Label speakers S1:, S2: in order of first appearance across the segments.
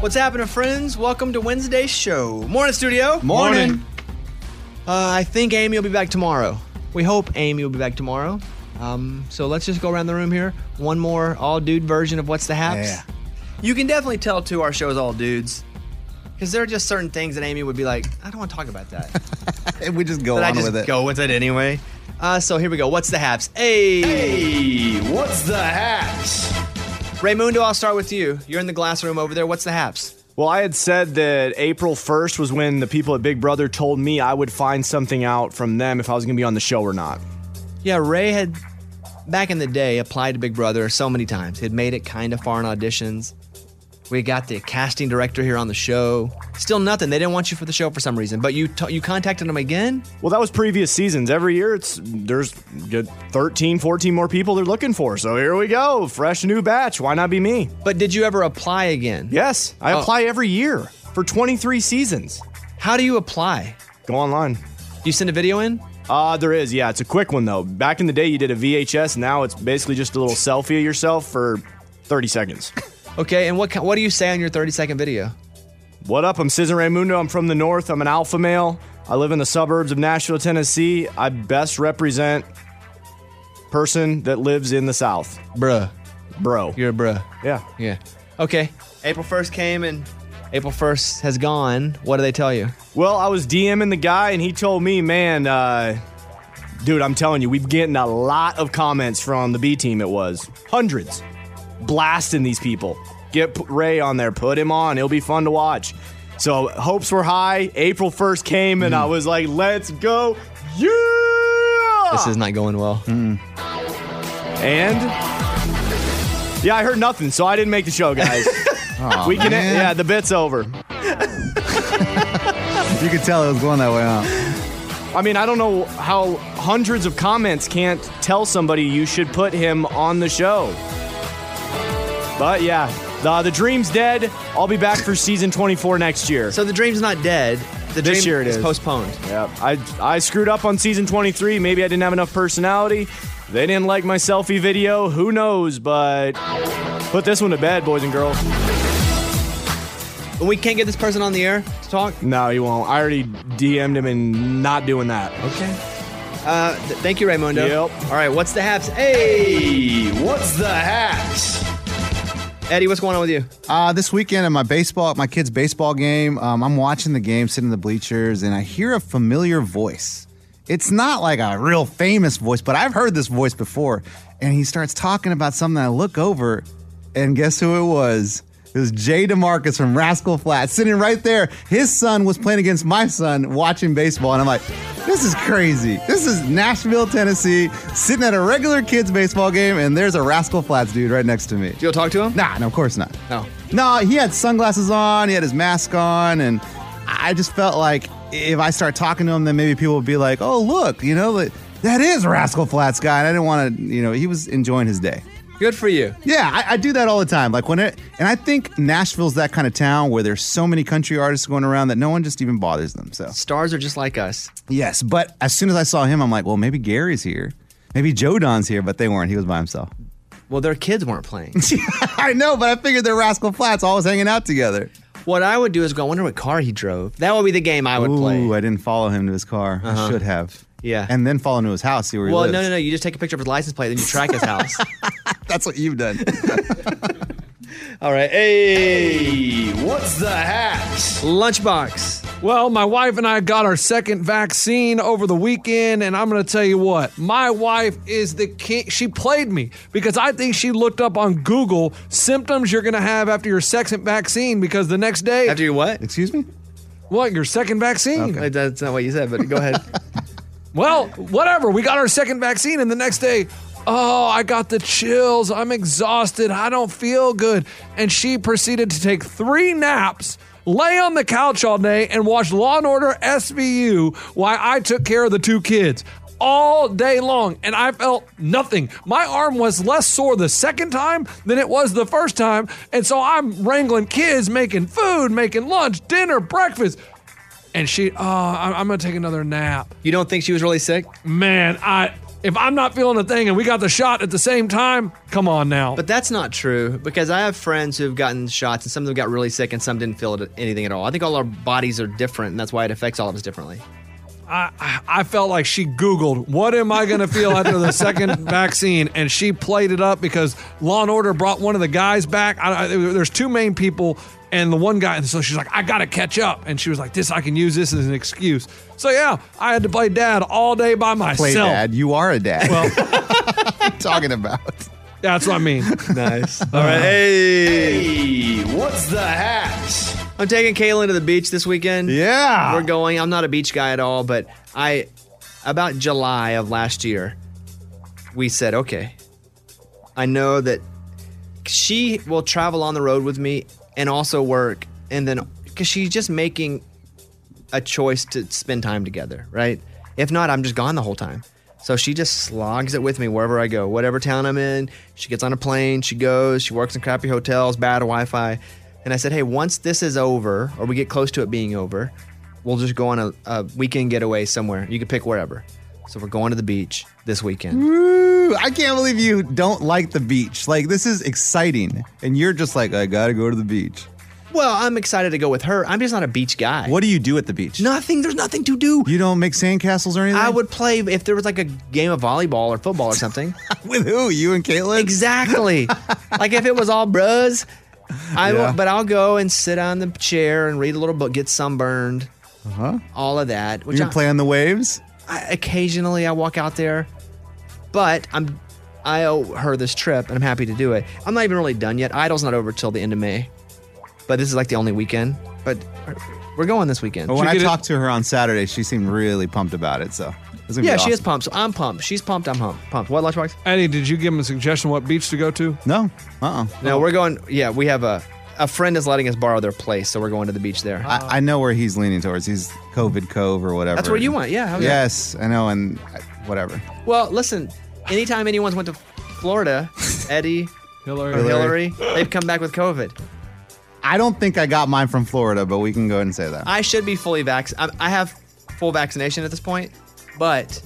S1: What's happening, friends? Welcome to Wednesday's show. Morning, studio.
S2: Morning.
S1: Uh, I think Amy will be back tomorrow. We hope Amy will be back tomorrow. Um, so let's just go around the room here. One more all dude version of What's the Haps.
S2: Yeah.
S1: You can definitely tell, too, our show's all dudes. Because there are just certain things that Amy would be like, I don't want to talk about that.
S2: we just go
S1: but I
S2: on
S1: just
S2: with it.
S1: go with it anyway. Uh, so here we go. What's the Haps? Hey!
S2: Hey, what's the haps?
S1: Raymundo, I'll start with you. You're in the glass room over there. What's the Haps?
S3: Well, I had said that April 1st was when the people at Big Brother told me I would find something out from them if I was going to be on the show or not.
S1: Yeah, Ray had back in the day applied to Big Brother so many times. He had made it kind of far in auditions. We got the casting director here on the show. Still nothing. They didn't want you for the show for some reason. But you t- you contacted him again.
S3: Well, that was previous seasons. Every year it's there's good 13, 14 more people they're looking for. So here we go, fresh new batch. Why not be me?
S1: But did you ever apply again?
S3: Yes, I
S1: Oh.
S3: apply every year for 23 seasons.
S1: How do you apply?
S3: Go online.
S1: You send a video in.
S3: Uh, there is. Yeah, it's a quick one though. Back in the day you did a VHS, now it's basically just a little selfie of yourself for 30 seconds.
S1: Okay. And what ki- what do you say on your 30 second video?
S3: What up? I'm Cesar Raimundo. I'm from the north. I'm an alpha male. I live in the suburbs of Nashville, Tennessee. I best represent person that lives in the south,
S1: Bruh,
S3: bro.
S1: you're a bruh.
S3: Yeah.
S1: Yeah. Okay. April 1st came and April 1st has gone. What do they tell you?
S3: Well, I was DMing the guy, and he told me, man, uh, dude, I'm telling you, we've getting a lot of comments from the B team. It was hundreds blasting these people. Get P- Ray on there, put him on. It'll be fun to watch. So hopes were high. April 1st came, and I
S1: Mm-hmm.
S3: was like, let's go. Yeah!
S1: This is not going well.
S3: Mm. And yeah, I heard nothing, so I didn't make the show, guys.
S2: Aw,
S3: we can,
S2: man.
S3: yeah, the bit's over.
S2: You could tell it was going that way, huh?
S3: I mean, I don't know how hundreds of comments can't tell somebody you should put him on the show. But yeah, the, the dream's dead. I'll be back for season 24 next year.
S1: So the dream's not dead. The
S3: This
S1: dream
S3: year it
S1: is
S3: is.
S1: postponed.
S3: yeah, I, I screwed up on season 23. Maybe I didn't have enough personality. They didn't like my selfie video. Who knows? But put this one to bed, boys and girls.
S1: And we can't get this person on the air to talk.
S3: No, he won't. I already DM'd him and not doing that.
S1: Okay. Uh, th- thank you, Raymundo.
S3: Yep.
S1: All right, what's the haps? Hey,
S3: What's the haps?
S1: Eddie, what's going on with you?
S2: Uh, this weekend at my baseball, my kid's baseball game, um, I'm watching the game, sitting in the bleachers, and I hear a familiar voice. It's not like a real famous voice, but I've heard this voice before. And he starts talking about something. I look over, and guess who it was? It was Jay DeMarcus from Rascal Flat sitting right there. His son was playing against my son watching baseball. And I'm like, this is crazy. This is Nashville, Tennessee, sitting at a regular kids' baseball game, and there's a Rascal Flats dude right next to me.
S1: Do you talk to him?
S2: Nah, no, of course not.
S1: No.
S2: No, he had sunglasses on, he had his mask on, and I just felt like if I start talking to him, then maybe people would be like, oh, look, you know, like, that is Rascal Flats guy. And I didn't want to, you know, he was enjoying his day.
S1: Good for you.
S2: Yeah, I, I do that all the time. Like when it, and I think Nashville's that kind of town where there's so many country artists going around that no one just even bothers them. So,
S1: Stars are just like us.
S2: yes, but as soon as I saw him, I'm like, well, maybe Gary's here. Maybe Joe Don's here, but they weren't. He was by himself.
S1: Well, their kids weren't playing.
S2: I know, but I figured they're Rascal Flats always hanging out together.
S1: what I would do is go, I wonder what car he drove. That would be the game I would
S2: Ooh,
S1: play.
S2: I didn't follow him to his car. I should have.
S1: Yeah.
S2: And then follow him to his house, see where
S1: well,
S2: he lives.
S1: no, no, no. You just take a picture of his license plate, then you track his house.
S2: That's what you've done.
S1: All right. Hey, what's the haps? Lunchbox.
S4: Well, my wife and I got our second vaccine over the weekend, and I'm going to tell you what. My wife is the king. She played me because I think she looked up on Google symptoms you're going to have after your second vaccine because the next day,
S1: After you what?
S2: Excuse me?
S4: what, your second vaccine?
S1: Uh, That's not what you said, but go ahead.
S4: Well, whatever. We got our second vaccine, and the next day, oh, I got the chills. I'm exhausted. I don't feel good. And she proceeded to take three naps, lay on the couch all day, and watch Law and Order SVU while I took care of the two kids all day long. And I felt nothing. My arm was less sore the second time than it was the first time. And so I'm wrangling kids, making food, making lunch, dinner, breakfast. And she, oh, I- I'm going to take another nap
S1: you don't think she was really sick?
S4: man, I If I'm not feeling a thing and we got the shot at the same time, come on now.
S1: But that's not true because I have friends who've gotten shots and some of them got really sick and some didn't feel it, anything at all. I think all our bodies are different and that's why it affects all of us differently.
S4: I, I felt like she Googled, what am I going to feel after the second vaccine? And she played it up because Law and Order brought one of the guys back. I, I, there's two main people and the one guy. And so she's like, I got to catch up. And she was like, this, I can use this as an excuse. So yeah, I had to play dad all day by myself.
S2: Play dad. You are a dad. Well, talking about.
S4: That's what I mean.
S1: Nice.
S3: All right. Hey. what's the hat?
S1: I'm taking Kaylin to the beach this weekend.
S2: Yeah.
S1: We're going. I'm not a beach guy at all, but I, about July of last year, we said, okay, I know that she will travel on the road with me and also work. And then, because she's just making a choice to spend time together, right? If not, I'm just gone the whole time. So she just slogs it with me wherever I go, whatever town I'm in. She gets on a plane, she goes, she works in crappy hotels, bad Wi Fi. And I said, hey, once this is over, or we get close to it being over, we'll just go on a, a weekend getaway somewhere. You can pick wherever. So we're going to the beach this weekend.
S2: Woo, I can't believe you don't like the beach. Like this is exciting, and you're just like, I gotta go to the beach.
S1: Well, I'm excited to go with her. I'm just not a beach guy.
S2: What do you do at the beach?
S1: Nothing. There's nothing to do.
S2: You don't make sandcastles or anything.
S1: I would play if there was like a game of volleyball or football or something.
S2: with who? You and Caitlin?
S1: exactly. like if it was all bros, I
S2: Yeah.
S1: will, but I'll go and sit on the chair and read a little book, get sunburned, uh-huh. all of that. Which I,
S2: You gonna play on the waves?
S1: I, occasionally I walk out there, but I'm I owe her this trip and I'm happy to do it. I'm not even really done yet. Idle's not over till the end of May, but this is like the only weekend. But we're going this weekend.
S2: But when
S4: you
S2: I
S4: get it-
S2: talked to her on Saturday, she seemed really pumped about it. So it's gonna be
S1: yeah, she is
S2: awesome.
S1: pumped. So I'm pumped. She's pumped. I'm pumped. Pumped. What lunchbox?
S4: Eddie, did you give him a suggestion what beach to go to?
S2: No, uh, uh
S1: No, we're going. Yeah, we have a a friend is letting us borrow their place, so we're going to the beach there.
S2: I, I know where he's leaning towards. He's COVID Cove or whatever.
S1: Um, That's where you went. Oh, Yeah. how's that?
S2: Yes, I know, and I- whatever.
S1: Well, listen. Anytime anyone's went to Florida, Eddie
S4: Hillary.
S1: or Hillary, they've come back with COVID.
S2: I don't think I got mine from Florida, but we can go ahead and say that.
S1: I should be fully vax. I, I have full vaccination at this point, but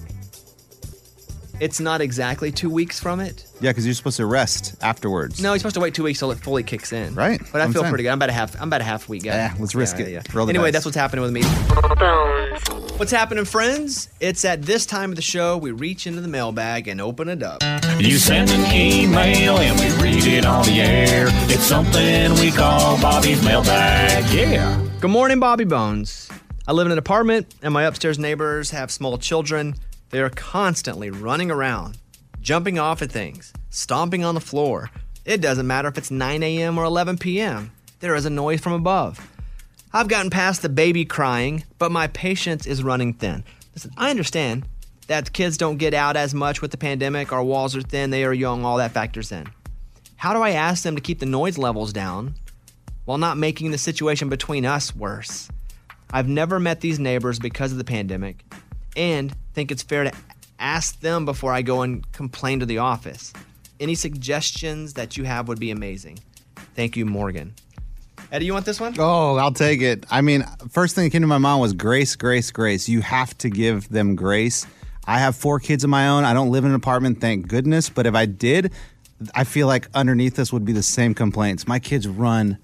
S1: it's not exactly two weeks from it.
S2: yeah, because you're supposed to rest afterwards.
S1: No, you're supposed to wait two weeks till it fully kicks in.
S2: Right,
S1: But I
S2: I'm
S1: feel
S2: saying.
S1: pretty good. I'm about a half. I'm about a half week guy.
S2: Yeah, let's risk it. Roll the
S1: Anyway,
S2: dice.
S1: that's what's happening with me. What's happening, friends? It's at this time of the show we reach into the mailbag and open it up.
S5: You send an email and we read it on the air. It's something we call Bobby's mailbag. Yeah.
S1: Good morning, Bobby Bones. I live in an apartment, and my upstairs neighbors have small children. They are constantly running around, jumping off at things, stomping on the floor. It doesn't matter if it's 9 a.m. or 11 p.m., there is a noise from above. I've gotten past the baby crying, but my patience is running thin. Listen, I understand that kids don't get out as much with the pandemic, our walls are thin, they are young, all that factors in. How do I ask them to keep the noise levels down while not making the situation between us worse. I've never met these neighbors because of the pandemic and think it's fair to ask them before I go and complain to the office. Any suggestions that you have would be amazing. Thank you, Morgan. Eddie, you want this one?
S2: Oh, I'll take it. I mean, first thing that came to my mind was grace, grace, grace. You have to give them grace. I have four kids of my own. I don't live in an apartment, thank goodness. But if I did, I feel like underneath this would be the same complaints. My kids run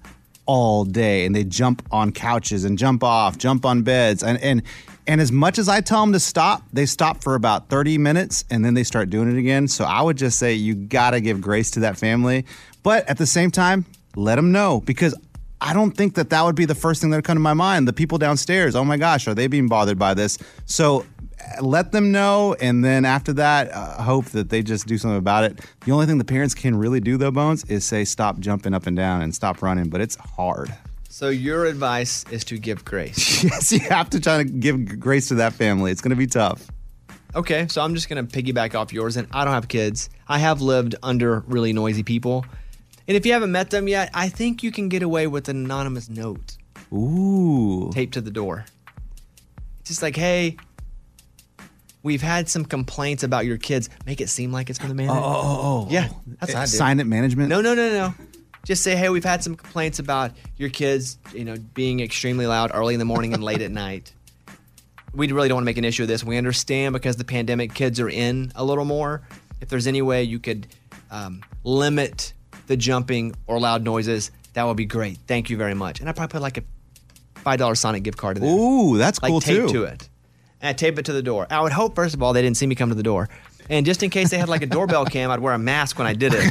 S2: all day and they jump on couches and jump off, jump on beds. And, and, and as much as I tell them to stop, they stop for about 30 minutes and then they start doing it again. So I would just say you got to give grace to that family. But at the same time, let them know because I don't think that that would be the first thing that would come to my mind. The people downstairs, oh my gosh, are they being bothered by this? So uh, let them know, and then after that, uh, hope that they just do something about it. The only thing the parents can really do, though, Bones, is say stop jumping up and down and stop running, but it's hard.
S1: So, your advice is to give grace.
S2: Yes, you have to try to give grace to that family. It's going to be tough.
S1: okay, so I'm just going to piggyback off yours, and I don't have kids. I have lived under really noisy people. And if you haven't met them yet, I think you can get away with an anonymous note.
S2: Ooh.
S1: taped to the door. It's just like, hey, we've had some complaints about your kids. Make it seem like it's from the manager. Oh, yeah, that's what I do.
S2: Eh, Sign it management.
S1: No, no, no, no. Just say, hey, we've had some complaints about your kids, you know, being extremely loud early in the morning and late at night. we really don't want to make an issue of this. We understand because the pandemic, kids are in a little more. If there's any way you could um, limit the jumping or loud noises, that would be great. Thank you very much. And I probably put like a five dollar Sonic gift card in there.
S2: Ooh, that's
S1: like
S2: cool
S1: tape
S2: too.
S1: to it. And I tape it to the door. I would hope, first of all, they didn't see me come to the door. And just in case they had like a doorbell cam, I'd wear a mask when I did it.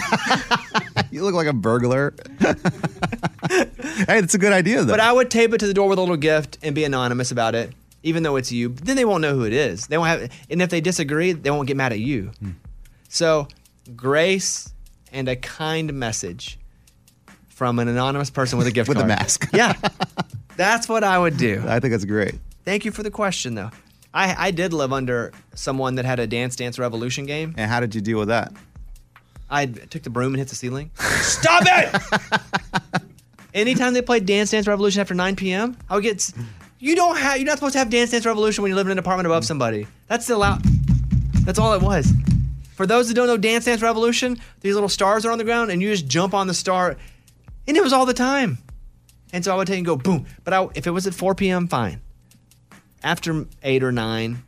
S2: You look like a burglar. hey, that's a good idea though.
S1: But I would tape it to the door with a little gift and be anonymous about it, even though it's you. Then they won't know who it is. They won't have, and if they disagree, they won't get mad at you.
S2: Hmm.
S1: So, grace and a kind message from an anonymous person with a gift
S2: With a
S1: card.
S2: mask.
S1: yeah, that's what I would do.
S2: I think that's great.
S1: Thank you for the question, though. I, I did live under someone that had a Dance Dance Revolution game.
S2: And how did you deal with that?
S1: I took the broom and hit the ceiling. Stop it! Anytime they played Dance Dance Revolution after 9 p.m., I would get. s- You don't have. You're not supposed to have Dance Dance Revolution when you live in an apartment above somebody. That's the loud. That's all it was. For those that don't know Dance Dance Revolution, these little stars are on the ground, and you just jump on the star, and it was all the time. And so I would take and go boom. But I, if it was at 4 p.m., fine. After eight or nine,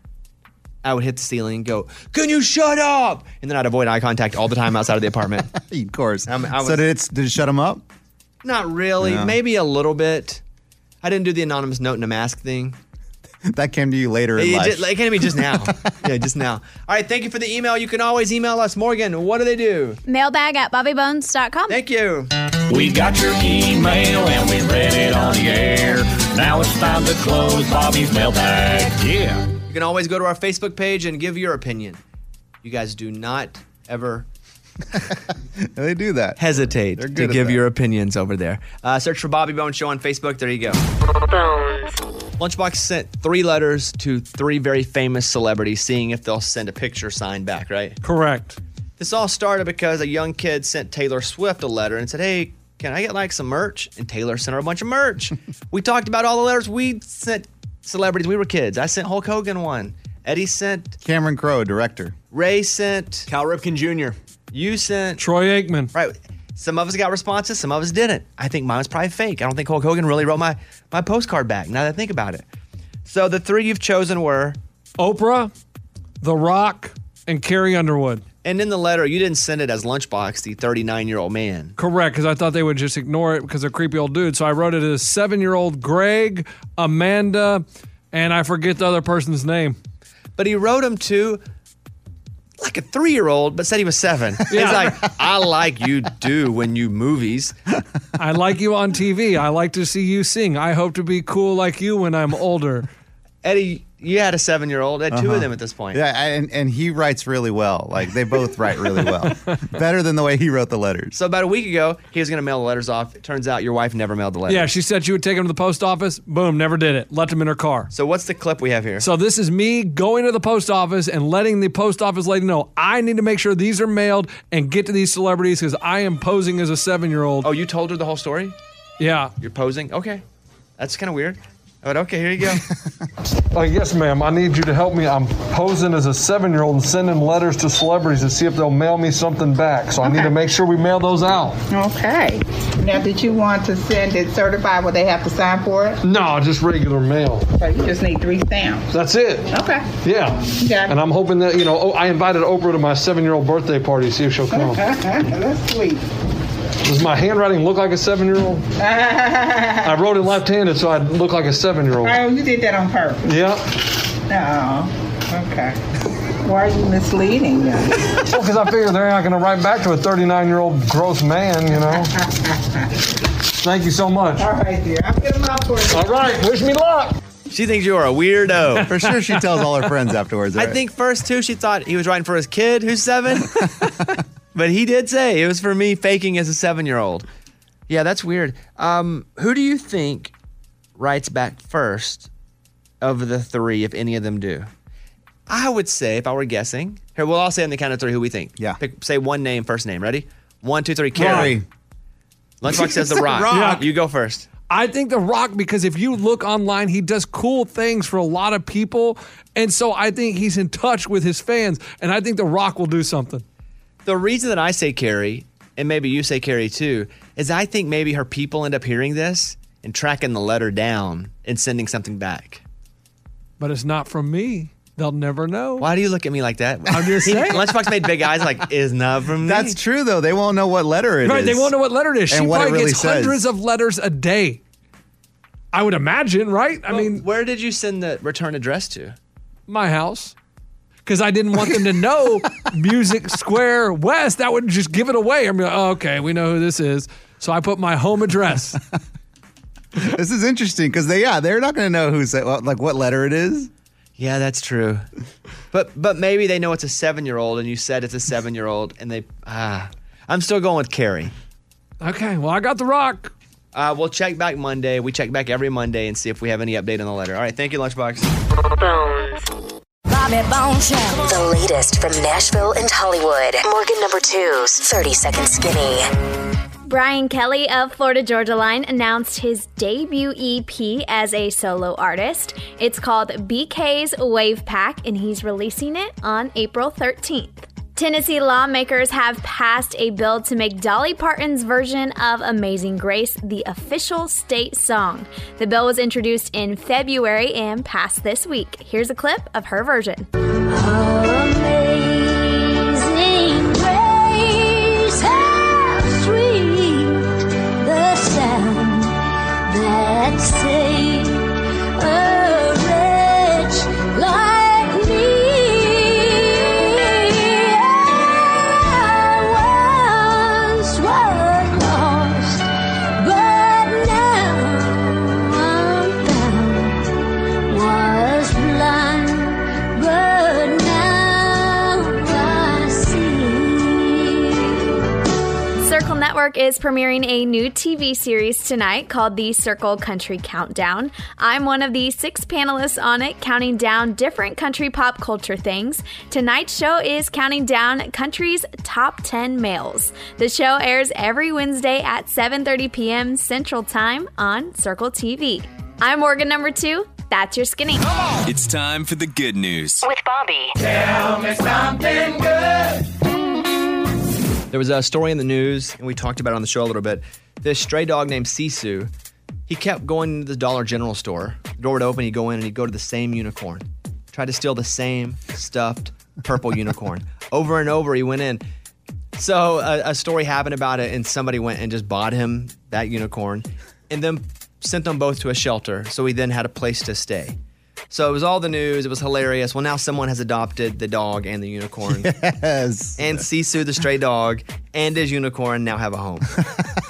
S1: I would hit the ceiling and go, "Can you shut up?" And then I'd avoid eye contact all the time outside of the apartment.
S2: Of course.
S1: I'm- I
S2: so
S1: was-
S2: did it, did it shut him up?
S1: Not really.
S2: Yeah.
S1: Maybe a little bit. I didn't do the anonymous note in a mask thing.
S2: That came to you later in
S1: It,
S2: life.
S1: just, it came to me just now. yeah, just now. All right. Thank you for the email. You can always email us, Morgan. What do they do?
S6: Mailbag at bobbybones.com.
S1: Thank you.
S5: We got your email and we read it on the air. Now it's time to close Bobby's mailbag. Yeah.
S1: You can always go to our Facebook page and give your opinion. You guys do not ever
S2: they do that.
S1: hesitate
S2: They're good
S1: to
S2: at
S1: give
S2: that.
S1: your opinions over there. Uh, search for Bobby Bones Show on Facebook. There you go. Lunchbox sent three letters to three very famous celebrities, seeing if they'll send a picture signed back, right?
S4: Correct.
S1: This all started because a young kid sent Taylor Swift a letter and said, Hey, can I get like some merch? And Taylor sent her a bunch of merch. we talked about all the letters we sent celebrities. We were kids. I sent Hulk Hogan one. Eddie sent,
S2: Cameron Crowe, director.
S1: Ray sent,
S3: Cal Ripken Jr.
S1: you sent.
S4: Troy Aikman.
S1: Right. Some of us got responses, some of us didn't. I think mine was probably fake. I don't think Hulk Hogan really wrote my, my postcard back now that I think about it. So the three you've chosen were,
S4: Oprah, The Rock, and Carrie Underwood.
S1: and in the letter, you didn't send it as Lunchbox, the 39 year old man.
S4: Correct, because I thought they would just ignore it because they're creepy old dudes. So I wrote it as seven year old Greg, Amanda, and I forget the other person's name.
S1: but he wrote him to like a three year old, but said he was seven. He's like, I like you do when you movies.
S4: I like you on TV. I like to see you sing. I hope to be cool like you when I'm older.
S1: Eddie, you had a seven year old, had two
S4: Uh-huh.
S1: of them at this point.
S2: Yeah, and, and he writes really well. Like they both write really well. Better than the way he wrote the letters.
S1: So about a week ago, he was gonna mail the letters off. It turns out your wife never mailed the letters.
S4: Yeah, she said she would take him to the post office. Boom, never did it. Left him in her car.
S1: So what's the clip we have here?
S4: So this is me going to the post office and letting the post office lady know I need to make sure these are mailed and get to these celebrities because I am posing as a seven year old.
S1: oh, you told her the whole story?
S4: Yeah.
S1: You're posing? Okay. That's kind of weird. Oh, But okay, here you go.
S4: Like, Uh, yes, ma'am, I need you to help me. I'm posing as a seven year old and sending letters to celebrities to see if they'll mail me something back. So I need to make sure we mail those out.
S7: Okay. Now, did you want to send it certified where they have to sign for it?
S4: No, just regular mail.
S7: So you just need three stamps.
S4: That's it.
S7: Okay.
S4: Yeah.
S7: Got it.
S4: And I'm hoping that, you know, oh, I invited Oprah to my seven year old birthday party, see if she'll come.
S7: That's sweet.
S4: Does my handwriting look like a seven year old? I wrote it left handed, so I look like a seven year old.
S7: Oh, you did that on purpose.
S4: Yeah.
S7: Oh, okay. Why are you misleading them?
S4: Well, because I figured they're not going to write back to a 39 year old gross man, you know. Thank you so much.
S7: All right, dear. I'll get them out for you.
S4: All right, wish me luck.
S1: she thinks you are a weirdo.
S2: For sure, she tells all her friends afterwards.
S1: I
S2: right?
S1: think first too, she thought he was writing for his kid who's seven, but he did say it was for me faking as a seven-year-old. Yeah, that's weird. Um, who do you think writes back first of the three, if any of them do? I would say, if I were guessing, here we'll all say on the count of three who we think.
S2: Yeah.
S1: Pick, say one name, first name. Ready? One, two, three. Carrie.
S2: Carrie.
S1: Lunchbox says the Rock.
S4: Rock.
S1: You go first.
S4: I think The Rock, because if you look online, he does cool things for a lot of people. And so I think he's in touch with his fans. And I think The Rock will do something.
S1: The reason that I say Carrie, and maybe you say Carrie too, is I think maybe her people end up hearing this and tracking the letter down and sending something back.
S4: but it's not from me. They'll never know.
S1: Why do you look at me like that?
S4: I'm just
S1: He-
S4: saying.
S1: Lunchbox made big eyes like, is not from me.
S2: That's true, though. They won't know what letter it is.
S4: Right, they won't know what letter it is. She
S2: And what it
S4: probably
S2: really
S4: gets
S2: says.
S4: hundreds of letters a day. I would imagine, right? I mean,
S1: where did you send the return address to?
S4: my house. Because I didn't want them to know Music Square West. That would just give it away. I'm like, oh, okay, we know who this is. So I put my home address.
S2: This is interesting because they, yeah, they're not going to know who's like what letter it is.
S1: Yeah, that's true. But but maybe they know it's a seven year old, and you said it's a seven year old, and they ah. I'm still going with Carrie.
S4: okay, well, I got the rock.
S1: Uh, we'll check back Monday. We check back every Monday and see if we have any update on the letter. All right, thank you, Lunchbox.
S8: Bobby Bones Show.
S9: The latest from Nashville and Hollywood. Morgan number two's 30 Second Skinny.
S6: Brian Kelly of Florida Georgia Line announced his debut EP as a solo artist. It's called BK's Wave Pack, and he's releasing it on April 13th. Tennessee lawmakers have passed a bill to make Dolly Parton's version of Amazing Grace the official state song. The bill was introduced in February and passed this week. Here's a clip of her version.
S8: Amazing grace, how sweet the sound that saved a wretch like me. I once was lost, but now I'm found was blind, but now I see.
S6: Circle Network is premiering a new TV series tonight called the Circle Country Countdown. I'm one of the six panelists on it, counting down different country pop culture things. Tonight's show is counting down country's top 10 males. The show airs every Wednesday at 7:30 p.m. Central Time on Circle TV. I'm Morgan number 2. That's your skinny.
S10: It's time for the good news.
S9: With Bobby.
S1: There was a story in the news, and we talked about it on the show a little bit. This stray dog named Sisu, he kept going to the Dollar General store. The door would open, he'd go in, and he'd go to the same unicorn. Tried to steal the same stuffed purple unicorn. Over and over, he went in. So a, a story happened about it, and somebody went and just bought him that unicorn, and then sent them both to a shelter. So he then had a place to stay. So it was all the news. It was hilarious. Well, now someone has adopted the dog and the unicorn
S2: Yes,
S1: and Sisu the stray dog and his unicorn now have a home.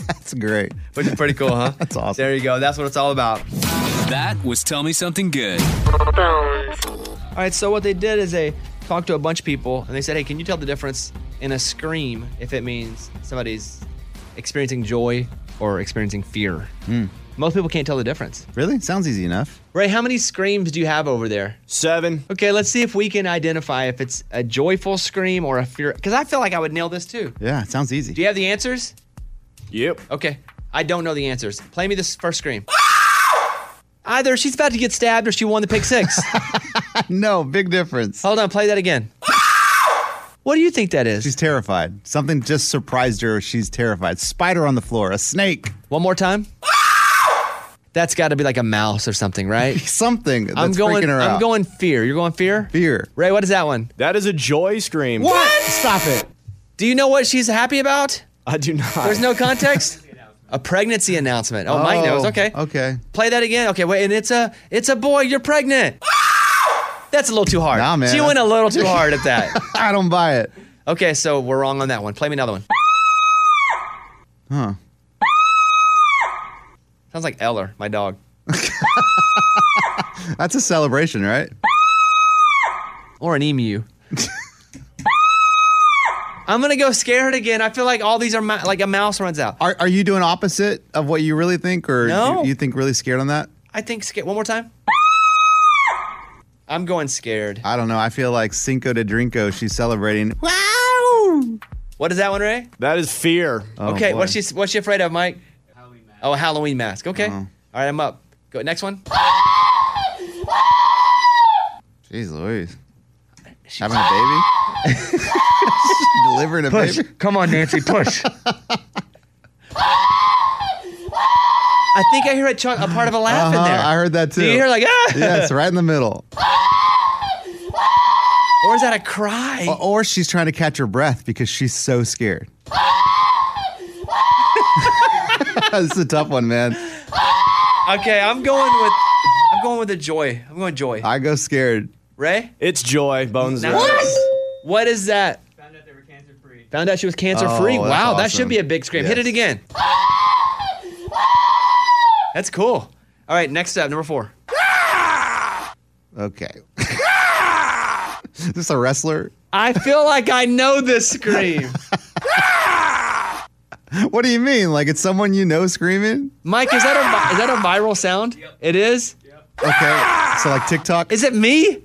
S2: that's great.
S1: Which is pretty cool, huh?
S2: That's awesome.
S1: There you go. That's what it's all about.
S10: That was Tell Me Something Good.
S1: All right, so what they did is they talked to a bunch of people and they said, "Hey, can you tell the difference in a scream if it means somebody's experiencing joy or experiencing fear?"
S2: Hmm.
S1: Most people can't tell the difference.
S2: Really? Sounds easy enough.
S1: Ray, how many screams do you have over there?
S3: Seven.
S1: Okay, let's see if we can identify if it's a joyful scream or a fear cuz I feel like I would nail this too.
S2: Yeah, it sounds easy.
S1: Do you have the answers?
S3: Yep.
S1: Okay. I don't know the answers. Play me this first scream. Either she's about to get stabbed or she won the pick six.
S2: No, big difference.
S1: Hold on, play that again. what do you think that is?
S2: She's terrified. Something just surprised her. She's terrified. Spider on the floor, a snake,
S1: One more time. That's got to be like a mouse or something, right?
S2: something that's
S1: I'm going.
S2: freaking her
S1: I'm
S2: out.
S1: going fear. You're going fear.
S2: Fear.
S1: Ray, what is that one?
S3: That is a joy scream.
S2: What? Stop it.
S1: Do you know what she's happy about?
S3: I do not.
S1: There's no context. a pregnancy announcement. Oh, Mike knows. Okay.
S2: Okay.
S1: Play that again. Okay, wait, and it's a it's a boy. You're pregnant. That's a little too hard.
S2: Nah, man.
S1: She went a little too hard at that.
S2: I don't buy it.
S1: Okay, so we're wrong on that one. Play me another one.
S2: Huh.
S1: Sounds like Eller, my dog.
S2: That's a celebration, right?
S1: Or an emu. I'm gonna go scared again. I feel like all these are ma- like a mouse runs out.
S2: Are, are you doing opposite of what you really think, or
S1: No.
S2: you, you think really scared on that?
S1: I think scared. One more time. I'm going scared.
S2: I don't know. I feel like Cinco de Drinko. She's celebrating. Wow.
S1: What is that one, Ray?
S3: That is fear.
S1: okay,
S2: Oh, boy.
S1: what's she what's she afraid of, Mike? Halloween mask. Oh, a Halloween mask. Okay.
S2: Uh-huh.
S1: All right, I'm up. Go next one.
S2: Jeez Louise. Having a baby? Delivering a baby?
S1: Come on, Nancy, push. I think I hear a, chunk, a part of a laugh in
S2: Uh-huh,
S1: there.
S2: I heard that too.
S1: Do you hear like ah?
S2: yes, right in the middle.
S1: Or is that a cry?
S2: Or, or she's trying to catch her breath because she's so scared. this is a tough one, man. Oh.
S1: Okay, I'm going with I'm going with a joy. I'm going joy.
S2: I go scared.
S1: Ray?
S3: It's joy. Bones.
S1: Now- What is that? Found out she was cancer free.
S3: Oh, that's
S1: wow, that
S3: awesome.
S1: should be a big scream. Hit it again. That's cool. All right, next up, number four.
S2: Okay. is this a wrestler?
S1: I feel like I know this scream.
S2: What do you mean? Like it's someone you know screaming?
S1: Mike, is that a vi- is that a viral sound? It is.
S2: Okay. So like TikTok.
S1: Is it me?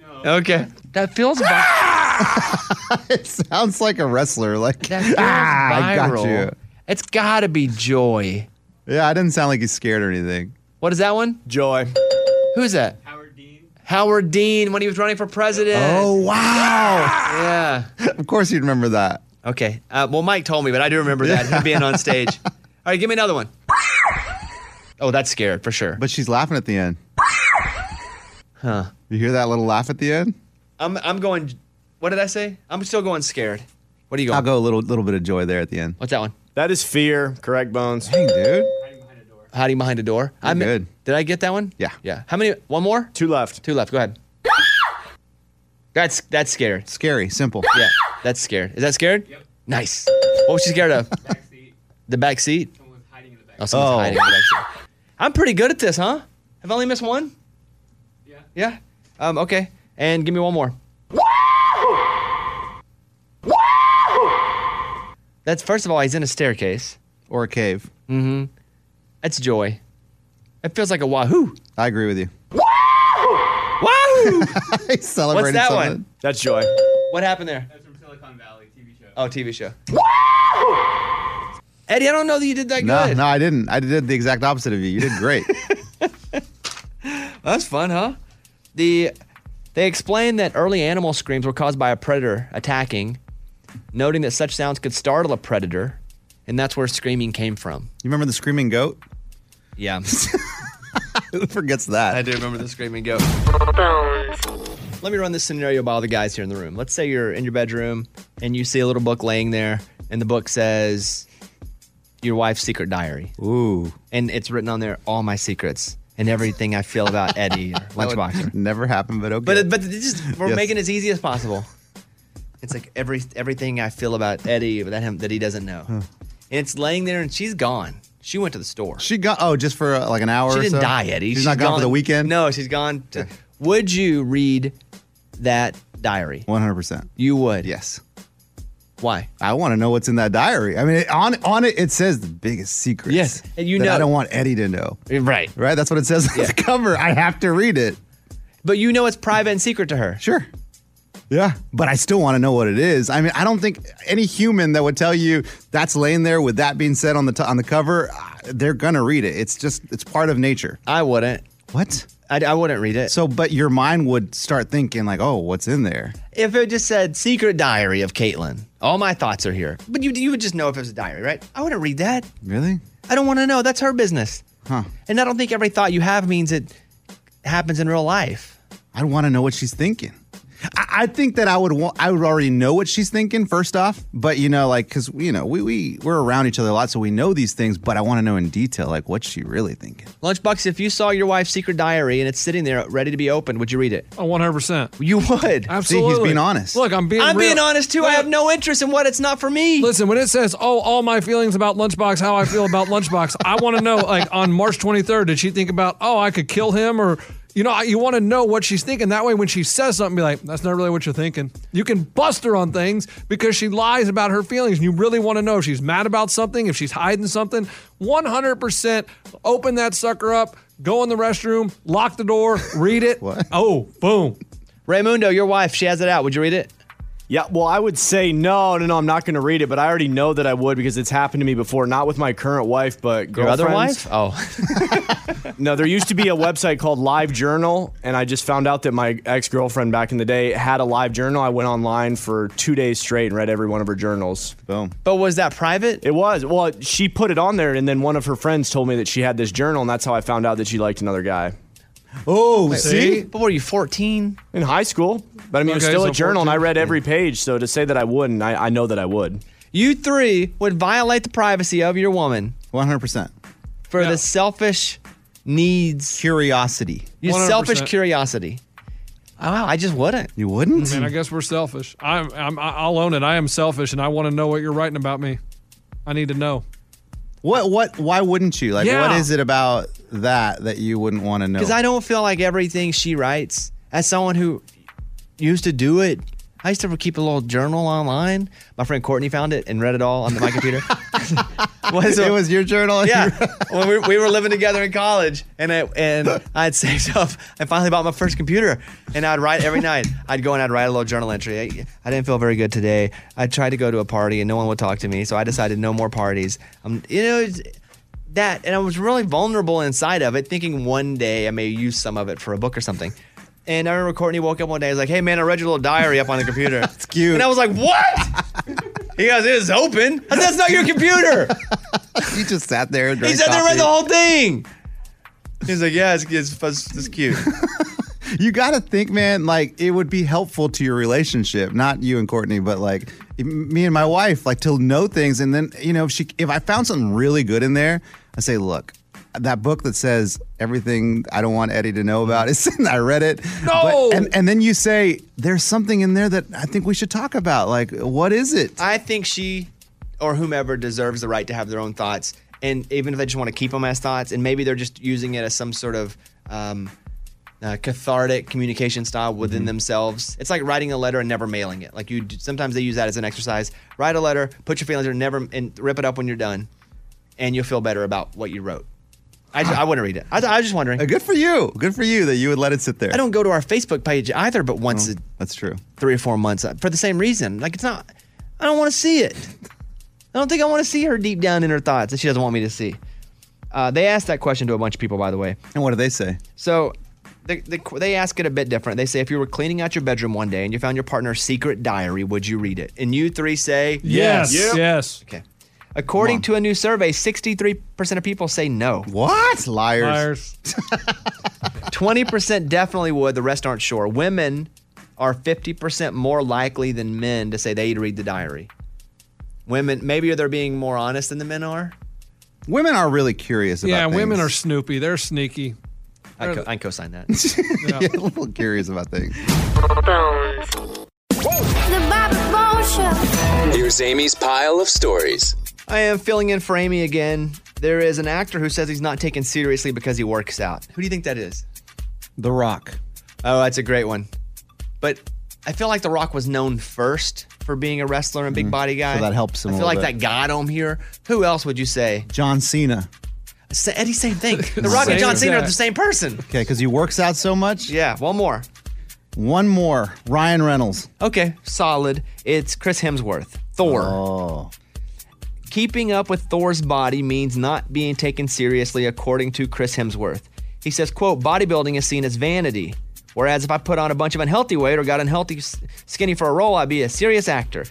S1: No.
S3: Ah,
S1: Okay. That feels. Vi-
S2: it sounds like a wrestler. Like
S1: that feels
S2: ah, I got
S1: viral.
S2: you.
S1: It's gotta be joy.
S2: Yeah, I didn't sound like he's scared or anything.
S1: What is that one?
S3: Joy.
S1: Who's that? Howard Dean. Howard Dean when he was running for president.
S2: Oh wow!
S1: Yeah.
S2: of course you'd remember that.
S1: Okay. Uh, well, Mike told me, but I do remember that him being on stage. All right, give me another one. Oh, that's scared for sure.
S2: But she's laughing at the end. Huh? You hear that little laugh at the end?
S1: I'm I'm going. What did I say? I'm still going scared. What are you going?
S2: I'll go a little little bit of joy there at the end.
S1: What's that one?
S3: That is fear. Correct, Bones.
S2: Dang, dude.
S1: Hiding behind a door. I mi-
S2: good.
S1: Did I get that one?
S2: Yeah.
S1: Yeah. How many? One more?
S3: Two left.
S1: Two left. Go ahead. That's that's scared.
S2: Scary, simple.
S1: Yeah, that's scared. Is that scared? Yep. Nice. What was she scared of? The back seat. The back seat. Someone's
S2: Oh.
S1: hiding in the back. seat. Oh, someone's hiding in the back seat. I'm pretty good at this, huh? Have I only missed one? Yeah. Yeah. Um. Okay. And give me one more. That's first of all, he's in a staircase.
S2: Or a cave.
S1: That's joy. It feels like a wahoo.
S2: I agree with you.
S1: Wahoo!
S2: He's celebrating
S1: What's that
S2: something.
S1: one?
S3: That's joy.
S1: What happened there? That's from Silicon Valley TV show. Oh, TV show. Eddie, I don't know that you did that
S2: No,
S1: good.
S2: no, I didn't. I did the exact opposite of you. You did great.
S1: That's fun, huh? The they explained that early animal screams were caused by a predator attacking, noting that such sounds could startle a predator, and that's where screaming came from.
S2: you remember the screaming goat?
S1: Yeah.
S2: Who forgets that?
S1: do remember the screaming goat. Let me run this scenario by all the guys here in the room. Let's say you're in your bedroom and you see a little book laying there, and the book says your wife's secret diary.
S2: Ooh.
S1: and it's written on there all my secrets and everything I feel about Eddie or Lunchbox.
S2: Never happened, but okay.
S1: But it- but it's just we're
S2: Yes.
S1: making it as easy as possible. It's like every everything I feel about Eddie that him that he doesn't know, and it's laying there and she's gone. She went to the store. She,
S2: she got oh just for uh, like an hour. or
S1: didn't
S2: so?
S1: die, Eddie.
S2: She's, not gone, for the weekend.
S1: No, she's gone. To, Would you read that diary?
S2: one hundred percent.
S1: You would.
S2: Yes.
S1: Why?
S2: I want to know what's in that diary. I mean, it, on on it it says the biggest secrets.
S1: Yes, and you
S2: that
S1: know-
S2: I don't want Eddie to know.
S1: Right.
S2: Right? That's what it says on the cover. I have to read it.
S1: But you know it's private and secret to her.
S2: Sure. Yeah, but I still want to know what it is. I mean, I don't think any human that would tell you that's laying there with that being said on the t- on the cover, ah, they're gonna read it. It's just it's part of nature.
S1: I wouldn't.
S2: What?
S1: I, I wouldn't read it.
S2: So, but your mind would start thinking like, oh, what's in there?
S1: if it just said secret diary of Caitlin, all my thoughts are here. But you you would just know if it was a diary, right? I wouldn't read that.
S2: Really?
S1: I don't want to know. That's her business.
S2: Huh?
S1: And I don't think every thought you have means it happens in real life.
S2: I want to know what she's thinking. I, I think that I would want, I would already know what she's thinking first off, but you know, like, cause you know, we, we, we're around each other a lot, so we know these things, but I want to know in detail, like what's she really thinking?
S1: Lunchbox, if you saw your wife's secret diary and it's sitting there ready to be opened, would you read it?
S4: Oh, 100%.
S1: You would.
S4: Absolutely.
S2: being honest.
S4: Look, I'm being
S1: I'm
S4: real.
S1: being honest too. I
S4: Look,
S1: have no interest in what it's not for me.
S4: Listen, when it says, "Oh, all my feelings about Lunchbox, how I feel about Lunchbox," I want to know, like, on March 23rd, did she think about, "Oh, I could kill him," or, you know, I- you want to know what she's thinking. That way, when she says something, be like, "That's not really what you're thinking." You can bust her on things because she lies about her feelings, and you really want to know if she's mad about something, if she's hiding something. 100%, open that sucker up. Go in the restroom, lock the door, read it.
S2: What?
S4: Oh, boom.
S1: Raymundo, your wife, she has it out. Would you read it?
S3: Yeah, well, I would say no, no, no. I'm not going to read it, but I already know that I would because it's happened to me before. Not with my current wife, but
S1: Your
S3: girlfriends.
S1: other wife? Oh.
S3: No, there used to be a website called Live Journal, and I just found out that my ex girlfriend back in the day had a live journal. I went online for two days straight and read every one of her journals.
S2: Boom.
S1: But was that private?
S3: It was. Well, she put it on there, and then one of her friends told me that she had this journal, and that's how I found out that she liked another guy.
S2: Oh,
S1: see? But what are you, 14?
S3: In high school. But I mean, it was
S1: Okay,
S3: still
S1: so
S3: a journal, and I
S1: 14.
S3: read every page. So to say that I wouldn't, I, I know that I would.
S1: You three would violate the privacy of your woman.
S2: 100%.
S1: For the selfish needs.
S2: Curiosity.
S1: Your
S4: 100%.
S1: selfish curiosity. I just wouldn't.
S2: You wouldn't?
S4: Man, I guess we're selfish. I'm, I'm, I'll own it. I am selfish, and I want to know what you're writing about me. I need to know.
S2: What? What? Why wouldn't you? Like,
S4: Yeah.
S2: what is it about that that you wouldn't want to know?
S1: Because I don't feel like everything she writes, as someone who used to do it, I used to keep a little journal online. My friend Courtney found it and read it all on my computer.
S2: It was your journal?
S1: Yeah. when we, we were living together in college, and I, and I'd saved up. I finally bought my first computer, and I'd write every night. I'd go and I'd write a little journal entry. I, I didn't feel very good today. I tried to go to a party, and no one would talk to me, so I decided no more parties. Um, you know. it's- that and I was really vulnerable inside of it, thinking one day I may use some of it for a book or something. And I remember Courtney woke up one day and was like, Hey man, I read your little diary up on the computer. That's
S2: cute.
S1: And I was like, What? he goes, It's open. I said, That's not your computer.
S2: you just sat there. And
S1: he
S2: drank
S1: said they read
S2: coffee.
S1: the whole thing. He's like, Yeah, it's, it's, it's, it's cute.
S2: You gotta think, man. Like, it would be helpful to your relationship, not you and Courtney, but like m- me and my wife, like to know things. And then, you know, if she, if I found something really good in there, I say, look. That book that says everything I don't want Eddie to know about is in. I read it.
S4: No!
S2: and, and then you say there's something in there that I think we should talk about. Like, what is it?
S1: I think she or whomever deserves the right to have their own thoughts. And even if they just want to keep them as thoughts, and maybe they're just using it as some sort of um, uh, cathartic communication style within themselves. It's like writing a letter and never mailing it. Like you, d- sometimes they use that as an exercise. Write a letter, put your feelings, or never, and rip it up when you're done, and you'll feel better about what you wrote. I, just, I wouldn't read it. I, I was just wondering.
S2: Uh, Good for you. Good for you that you would let it sit there.
S1: I don't go to our Facebook page either, but once a,
S2: That's true.
S1: three or four months for the same reason. Like it's not. I don't want to see it. I don't think I want to see her deep down in her thoughts that she doesn't want me to see. Uh, they asked that question to a bunch of people, by the way.
S2: And what do they say?
S1: So they, they, they ask it a bit different. They say, if you were cleaning out your bedroom one day and you found your partner's secret diary, would you read it? And you three say,
S4: Yes. Yes.
S1: Okay. According to a new survey, 63% of people say no.
S2: What? Liars.
S4: Liars.
S1: 20% definitely would. The rest aren't sure. Women are 50% more likely than men to say they'd read the diary. Women, maybe they're being more honest than the men are.
S2: Women are really curious about
S4: Yeah, women
S2: things.
S4: are snoopy. They're sneaky.
S1: I, co- I co-sign that.
S2: yeah, a little curious about things.
S8: The Bobby Bone Show.
S10: Here's Amy's pile of stories.
S1: I am filling in for Amy again. There is an actor who says he's not taken seriously because he works out. Who do you think that is?
S2: The Rock.
S1: Oh, that's a great one. But I feel like The Rock was known first for being a wrestler and big body guy.
S2: Mm-hmm. that helps him
S1: I
S2: a
S1: feel like
S2: little
S1: that got him here. Who else would you say?
S2: John Cena.
S1: Sa- Eddie, same thing. The Rock
S4: Same
S1: and John Cena are
S4: guy.
S1: the same person.
S2: Okay, because he works out so much.
S1: Yeah, one more.
S2: One more. Ryan Reynolds.
S1: Okay, solid. It's Chris Hemsworth, Thor.
S2: Oh.
S1: Keeping up with Thor's body means not being taken seriously, according to Chris Hemsworth. He says, "quote Bodybuilding is seen as vanity, whereas if I put on a bunch of unhealthy weight or got unhealthy s- skinny for a role, I'd be a serious actor."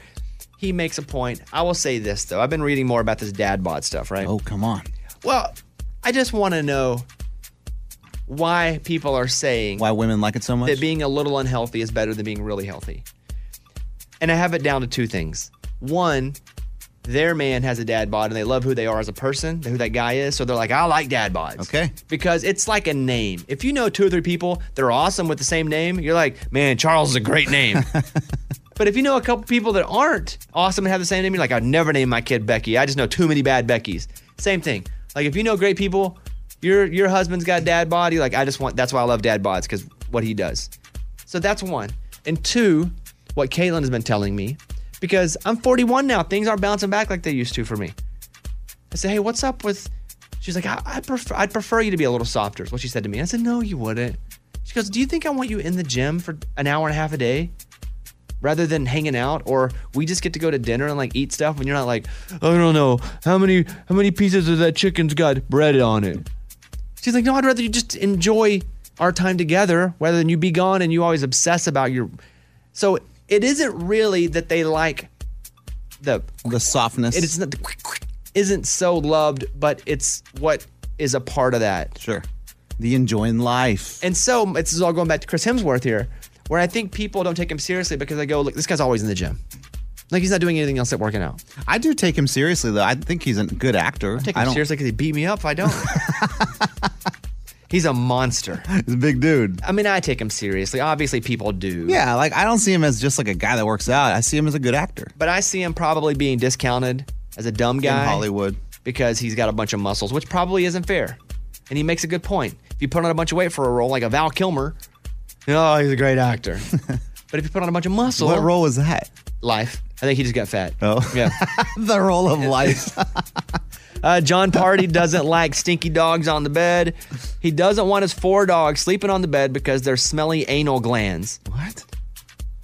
S1: He makes a point. I will say this though: I've been reading more about this dad bod stuff, right?
S2: Oh, come on.
S1: Well, I just want to know why people are saying
S2: Why women like it so much?
S1: that being a little unhealthy is better than being really healthy. And I have it down to two things. One, their man has a dad bod and they love who they are as a person, who that guy is. So they're like, I like dad bods.
S2: Okay.
S1: Because it's like a name. If you know two or three people that are awesome with the same name, you're like, man, Charles is a great name. but if you know a couple people that aren't awesome and have the same name, you're like, I'd never name my kid Becky. I just know too many bad Beckys. Same thing. Like if you know great people, your your husband's got dad bod, you're like, I just want that's why I love dad bods, because what he does. So that's one. And two, what Caitlin has been telling me, because I'm 41 now, things aren't bouncing back like they used to for me. I said, hey, what's up with? She's like, I, I prefer, I'd prefer you to be a little softer. Is what she said to me. I said, no, you wouldn't. She goes, do you think I want you in the gym for an hour and a half a day, rather than hanging out, or we just get to go to dinner and like eat stuff, and you're not like, I don't know how many how many pieces of that chicken's got bread on it. She's like, no, I'd rather you just enjoy our time together rather than you be gone and you always obsess about your. So it isn't really that they like the
S2: the softness.
S1: It is not the quick, quick isn't so loved, but it's what is a part of that.
S2: Sure, the enjoying life.
S1: And so it's all going back to Chris Hemsworth here, where I think people don't take him seriously because they go, look, this guy's always in the gym. Like he's not doing anything else at working out.
S2: I do take him seriously though. I think he's a good actor.
S1: I take
S2: I
S1: him
S2: don't-
S1: seriously because he beat me up if I don't. he's a monster.
S2: He's a big dude.
S1: I mean, I take him seriously. Obviously, people do.
S2: Yeah, like I don't see him as just like a guy that works out. I see him as a good actor.
S1: But I see him probably being discounted as a dumb guy
S2: Hollywood.
S1: because he's got a bunch of muscles, which probably isn't fair. And he makes a good point. If you put on a bunch of weight for a role, like a Val Kilmer, oh, he's a great actor. but if you put on a bunch of muscle,
S2: What role was that?
S1: Life. I think he just got fat.
S2: Oh.
S1: Yeah.
S2: the role of life.
S1: uh, John Party doesn't like stinky dogs on the bed. He doesn't want his four dogs sleeping on the bed because they're smelly anal glands.
S2: What?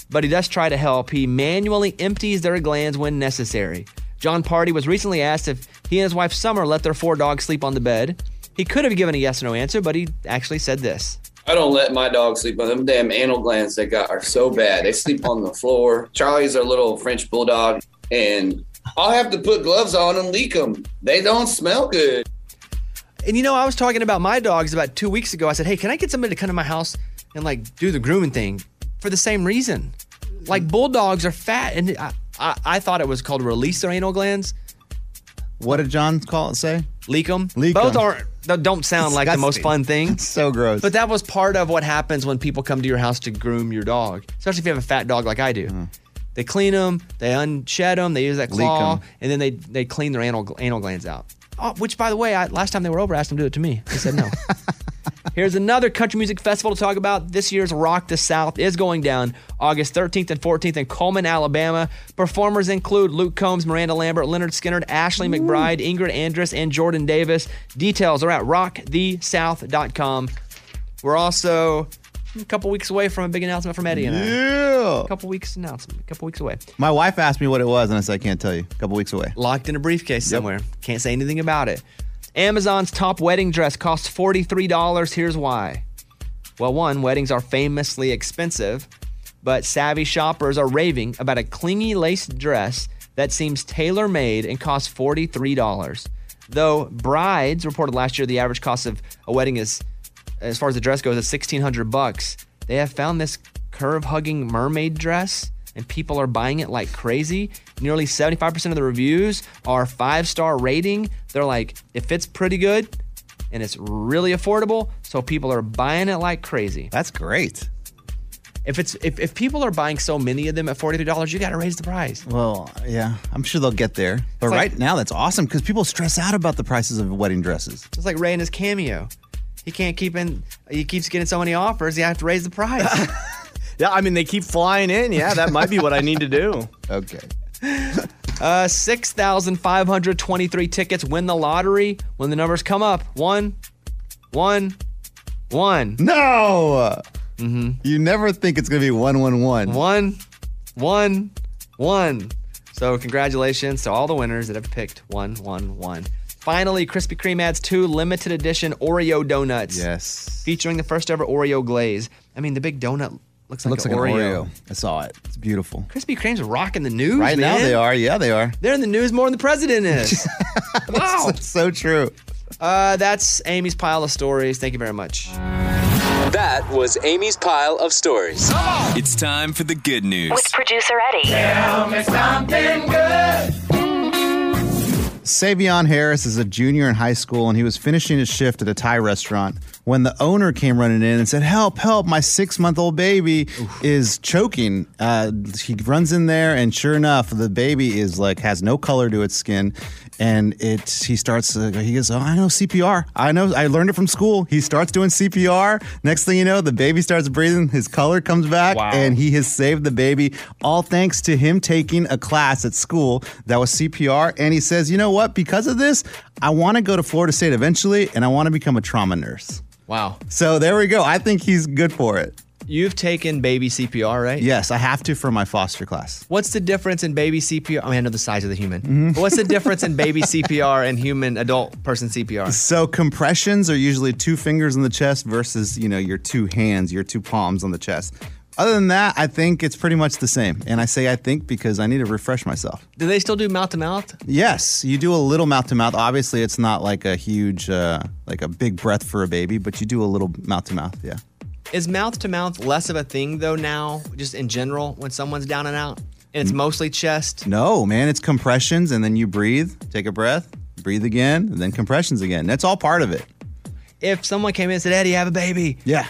S1: But he does try to help. He manually empties their glands when necessary. John Party was recently asked if he and his wife Summer let their four dogs sleep on the bed. He could have given a yes or no answer, but he actually said this.
S11: I don't let my dog sleep on them damn anal glands they got are so bad. They sleep on the floor. Charlie's our little French bulldog, and I'll have to put gloves on and leak them. They don't smell good.
S1: And you know, I was talking about my dogs about two weeks ago. I said, "Hey, can I get somebody to come to my house and like do the grooming thing?" For the same reason, like bulldogs are fat, and I, I, I thought it was called release their anal glands.
S2: What did John call it? Say
S1: leak them.
S2: Leak
S1: Both
S2: 'em.
S1: aren't that don't sound like the most
S2: Disgusting.
S1: fun thing.
S2: so gross.
S1: But that was part of what happens when people come to your house to groom your dog, especially if you have a fat dog like I do.
S2: Mm-hmm.
S1: They clean them, they unshed them, they use that
S2: Leak
S1: claw,
S2: 'em.
S1: and then they they clean their anal anal glands out. Oh, which, by the way, I, last time they were over, I asked them to do it to me. They said no. Here's another country music festival to talk about. This year's Rock the South is going down August 13th and 14th in Coleman, Alabama. Performers include Luke Combs, Miranda Lambert, Leonard Skinner, Ashley McBride, Ingrid Andress, and Jordan Davis. Details are at rockthesouth.com. We're also a couple weeks away from a big announcement from Eddie and I.
S2: Yeah.
S1: A couple weeks announcement, a couple weeks away.
S2: My wife asked me what it was, and I said I can't tell you. A couple weeks away.
S1: Locked in a briefcase somewhere. Can't say anything about it. Amazon's top wedding dress costs $43. Here's why. Well, one, weddings are famously expensive, but savvy shoppers are raving about a clingy lace dress that seems tailor made and costs $43. Though brides reported last year the average cost of a wedding is, as far as the dress goes, is 1600 bucks. They have found this curve hugging mermaid dress and people are buying it like crazy. Nearly 75% of the reviews are five star rating. They're like, it fits pretty good and it's really affordable, so people are buying it like crazy.
S2: That's great.
S1: If it's if, if people are buying so many of them at forty three dollars, you got to raise the price.
S2: Well, yeah, I'm sure they'll get there. But
S1: It's like-
S2: right now, that's awesome because people stress out about the prices of wedding dresses.
S1: It's like Ray and his cameo. He can't keep in. He keeps getting so many offers. You have to raise the price.
S3: Yeah, I mean they keep flying in. Yeah, that might be what I need to do.
S2: Okay.
S1: uh, six thousand five hundred twenty three tickets win the lottery. When the numbers come up, one, one, one,
S2: No. You never think it's gonna be one one one.
S1: one, one, one. So congratulations to all the winners that have picked one, one, one. Finally, Krispy Kreme adds two limited edition Oreo donuts.
S2: Yes.
S1: featuring the first ever Oreo glaze. I mean, the big donut looks like,
S2: looks
S1: an,
S2: like an
S1: Oreo.
S2: Oreo. I saw it. It's beautiful.
S1: Krispy Kreme's rocking the news.
S2: Right now
S1: man.
S2: they are. Yeah, they are.
S1: They're in the news more than the president is. wow.
S2: That's so true.
S1: Uh, that's Amy's pile of stories. Thank you very much.
S10: That was Amy's pile of stories. It's time for the good news.
S9: With producer Eddie.
S2: Savion Harris is a junior in high school, and he was finishing his shift at a Thai restaurant when the owner came running in and said, "Help! Help! My six-month-old baby is choking." Uh, he runs in there, and sure enough, the baby is like has no color to its skin, and it. He starts. Uh, he goes, "Oh, I know CPR. I know. I learned it from school." He starts doing CPR. Next thing you know, the baby starts breathing. His color comes back, and he has saved the baby, all thanks to him taking a class at school that was CPR. And he says, you know what? Because of this, I want to go to Florida State eventually, and I want to become a trauma nurse.
S1: Wow.
S2: So there we go. I think he's good for it.
S1: You've taken baby CPR, right?
S2: Yes, I have to for my foster class.
S1: What's the difference in baby CPR? I mean, I know the size of the human.
S2: Mm-hmm.
S1: But what's the difference in baby CPR and human adult person CPR?
S2: So compressions are usually two fingers on the chest versus, you know, your two hands, your two palms on the chest. Other than that, I think it's pretty much the same. And I say I think because I need to refresh myself.
S1: Do they still do mouth to mouth?
S2: Yes, you do a little mouth to mouth. Obviously, it's not like a huge, uh, like a big breath for a baby, but you do a little mouth to mouth. Yeah.
S1: Is mouth to mouth less of a thing though now, just in general, when someone's down and out? And
S2: Mm-hmm.
S1: it's mostly chest.
S2: No, man, it's compressions and then you breathe, take a breath, breathe again, and then compressions again. That's all part of it.
S1: If someone came in and said, Eddie, I have a baby.
S2: Yeah.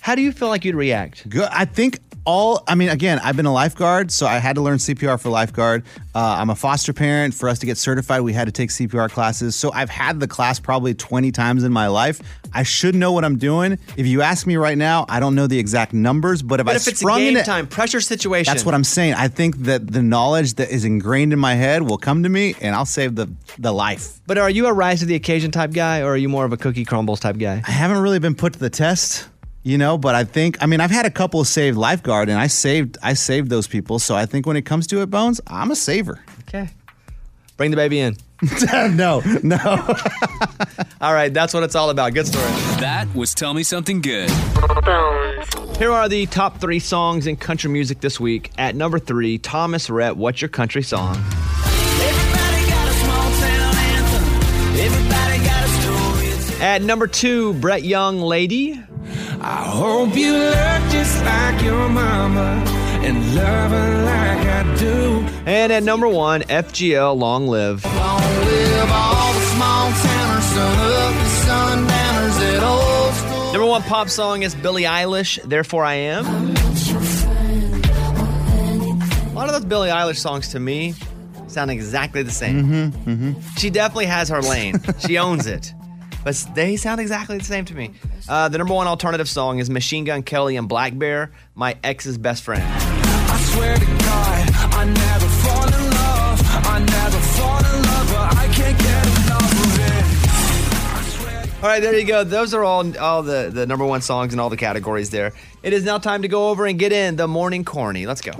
S1: How do you feel like you'd react?
S2: Good. I think all, I mean, again, I've been a lifeguard, so I had to learn CPR for lifeguard. Uh, I'm a foster parent. For us to get certified, we had to take CPR classes. So I've had the class probably 20 times in my life. I should know what I'm doing. If you ask me right now, I don't know the exact numbers, but if
S1: But
S2: I
S1: if it's a
S2: sprung
S1: game
S2: into-
S1: time, pressure situation.
S2: That's what I'm saying. I think that the knowledge that is ingrained in my head will come to me and I'll save the, the life.
S1: But are you a rise to the occasion type guy or are you more of a cookie crumbles type guy?
S2: I haven't really been put to the test, you know, but I think I mean I've had a couple of saved lifeguard and I saved I saved those people. So I think when it comes to it, Bones, I'm a saver.
S1: Okay. Bring the baby in.
S2: no, no.
S1: all right, that's what it's all about. Good story.
S10: That was Tell Me Something Good.
S1: Here are the top three songs in country music this week. At number three, Thomas Rhett, What's Your Country Song? At number two, Brett Young, Lady.
S5: I hope you look just like your mama and love her like I do.
S1: And at number one, FGL, Long Live.
S5: Long live all the small towners, sun up and sundowners at old school.
S1: Number one pop song is Billie Eilish, Therefore I Am. A lot of those Billie Eilish songs to me sound exactly the same.
S2: Mm-hmm. Mm-hmm.
S1: She definitely has her lane. she owns it. But they sound exactly the same to me. Uh, the number one alternative song is Machine Gun Kelly and Black Bear, My Ex's Best Friend.
S5: I swear to God, I never fall in love. I never fall in love, but I can't get enough of it.
S1: All right, there you go. Those are all, all the, the number one songs in all the categories there. It is now time to go over and get in the morning corny. Let's go.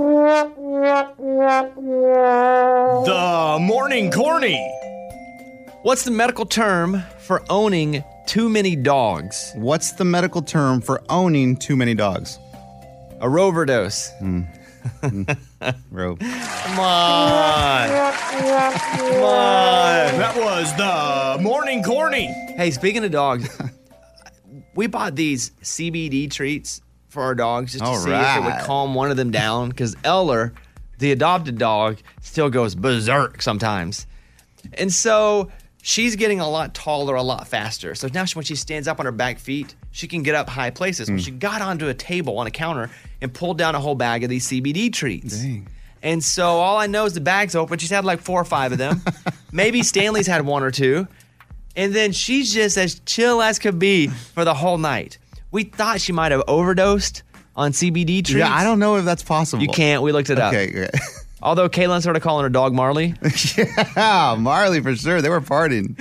S1: The morning corny. What's the medical term for owning too many dogs?
S2: What's the medical term for owning too many dogs?
S1: A roverdose.
S2: Rope.
S1: Come on. Come on.
S3: That was the morning corny.
S1: Hey, speaking of dogs, we bought these CBD treats for our dogs just to
S2: All
S1: see if it
S2: right.
S1: would calm one of them down because Eller, the adopted dog, still goes berserk sometimes. And so she's getting a lot taller, a lot faster. So now she, when she stands up on her back feet, she can get up high places.
S2: Hmm.
S1: When she got onto a table on a counter and pulled down a whole bag of these CBD treats. And so all I know is the bag's open. She's had like four or five of them. Maybe Stanley's had one or two. And then she's just as chill as could be for the whole night. We thought she might have overdosed on CBD treats.
S2: Yeah, I don't know if that's possible.
S1: You can't. We looked it up.
S2: Okay, okay.
S1: Although Kaylin started calling her dog Marley.
S2: yeah, Ah, Marley for sure. They were partying.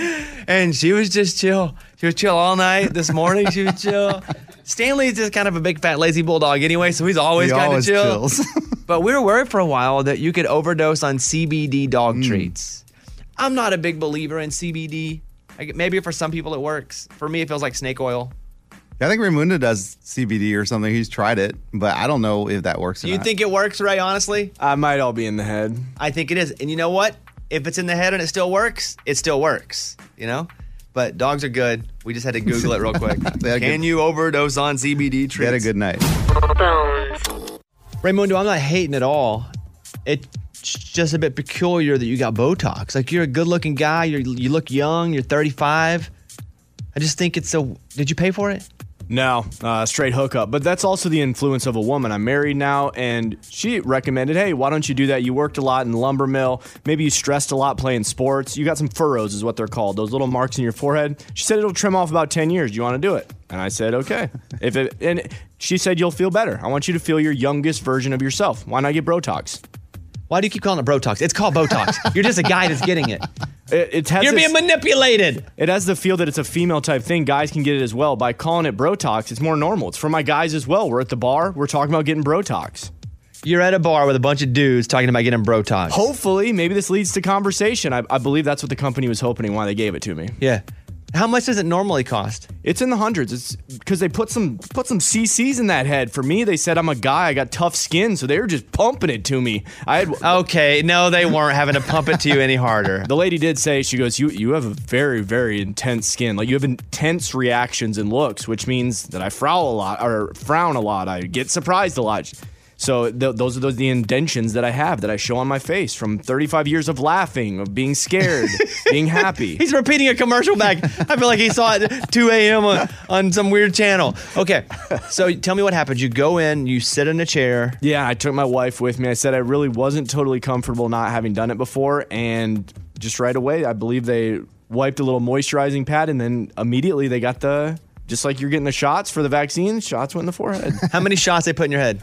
S1: And she was just chill. She was chill all night. This morning she was chill. Stanley's just kind of a big fat lazy bulldog anyway, so he's always
S2: He
S1: kind of
S2: always
S1: chill.
S2: chills.
S1: but we were worried for a while that you could overdose on CBD dog
S2: Hmm.
S1: treats. I'm not a big believer in CBD. I g maybe for some people it works. For me, it feels like snake oil.
S2: I think Ramunda does CBD or something. He's tried it, but I don't know if that works.
S1: Do
S2: or
S1: you
S2: not.
S1: think it works, Ray? Honestly, Uh,
S3: I might all be in the head.
S1: I think it is. And you know what? If it's in the head and it still works, it still works. You know. But dogs are good. We just had to Google it real quick.
S2: They had a
S1: Can
S2: good-
S1: you overdose on CBD treats?
S2: They had a good night.
S1: Raymundo, I'm not hating at all. It's just a bit peculiar that you got Botox. Like you're a good-looking guy. You you look young. You're 35. I just think it's a. Did you pay for it?
S3: No, uh, straight hookup. But that's also the influence of a woman. I'm married now, and she recommended, hey, why don't you do that? You worked a lot in the lumber mill. Maybe you stressed a lot playing sports. You got some furrows, is what they're called, those little marks in your forehead. She said it'll trim off about 10 years. Do you want to do it? And I said, okay. If it, and she said, you'll feel better. I want you to feel your youngest version of yourself. Why not get Botox?
S1: Why do you keep calling it Botox? It's called Botox. You're just a guy that's getting it.
S3: It, it has
S1: You're being
S3: manipulated. It has the feel that it's a female type thing. Guys can get it as well. By calling it Brotox, it's more normal. It's for my guys as well. We're at the bar. We're talking about getting Brotox.
S1: You're at a bar with a bunch of dudes talking about getting bro talk.
S3: Hopefully, maybe this leads to conversation. I, I believe that's what the company was hoping and why they gave it to me.
S1: Yeah. How much does it normally cost?
S3: It's in the hundreds. It's because they put some put some CCs in that head. For me, they said I'm a guy. I got tough skin, so they were just pumping it to me. I had oh,
S1: okay. No, they weren't having to pump it to you any harder.
S3: The lady did say she goes, "You you have a very very intense skin. Like you have intense reactions and looks, which means that I frown a lot or frown a lot. I get surprised a lot." So th- those are those the indentions that I have that I show on my face from 35 years of laughing, of being scared, being happy.
S1: He's repeating a commercial back. I feel like he saw it 2 a.m. on, on some weird channel. Oh, Okay, so tell me what happened. You go in, you sit in a chair.
S3: Yeah, I took my wife with me. I said I really wasn't totally comfortable not having done it before, and just right away, I believe they wiped a little moisturizing pad, and then immediately they got the just like you're getting the shots for the vaccine. Shots went in the forehead.
S1: How many shots they put in your head?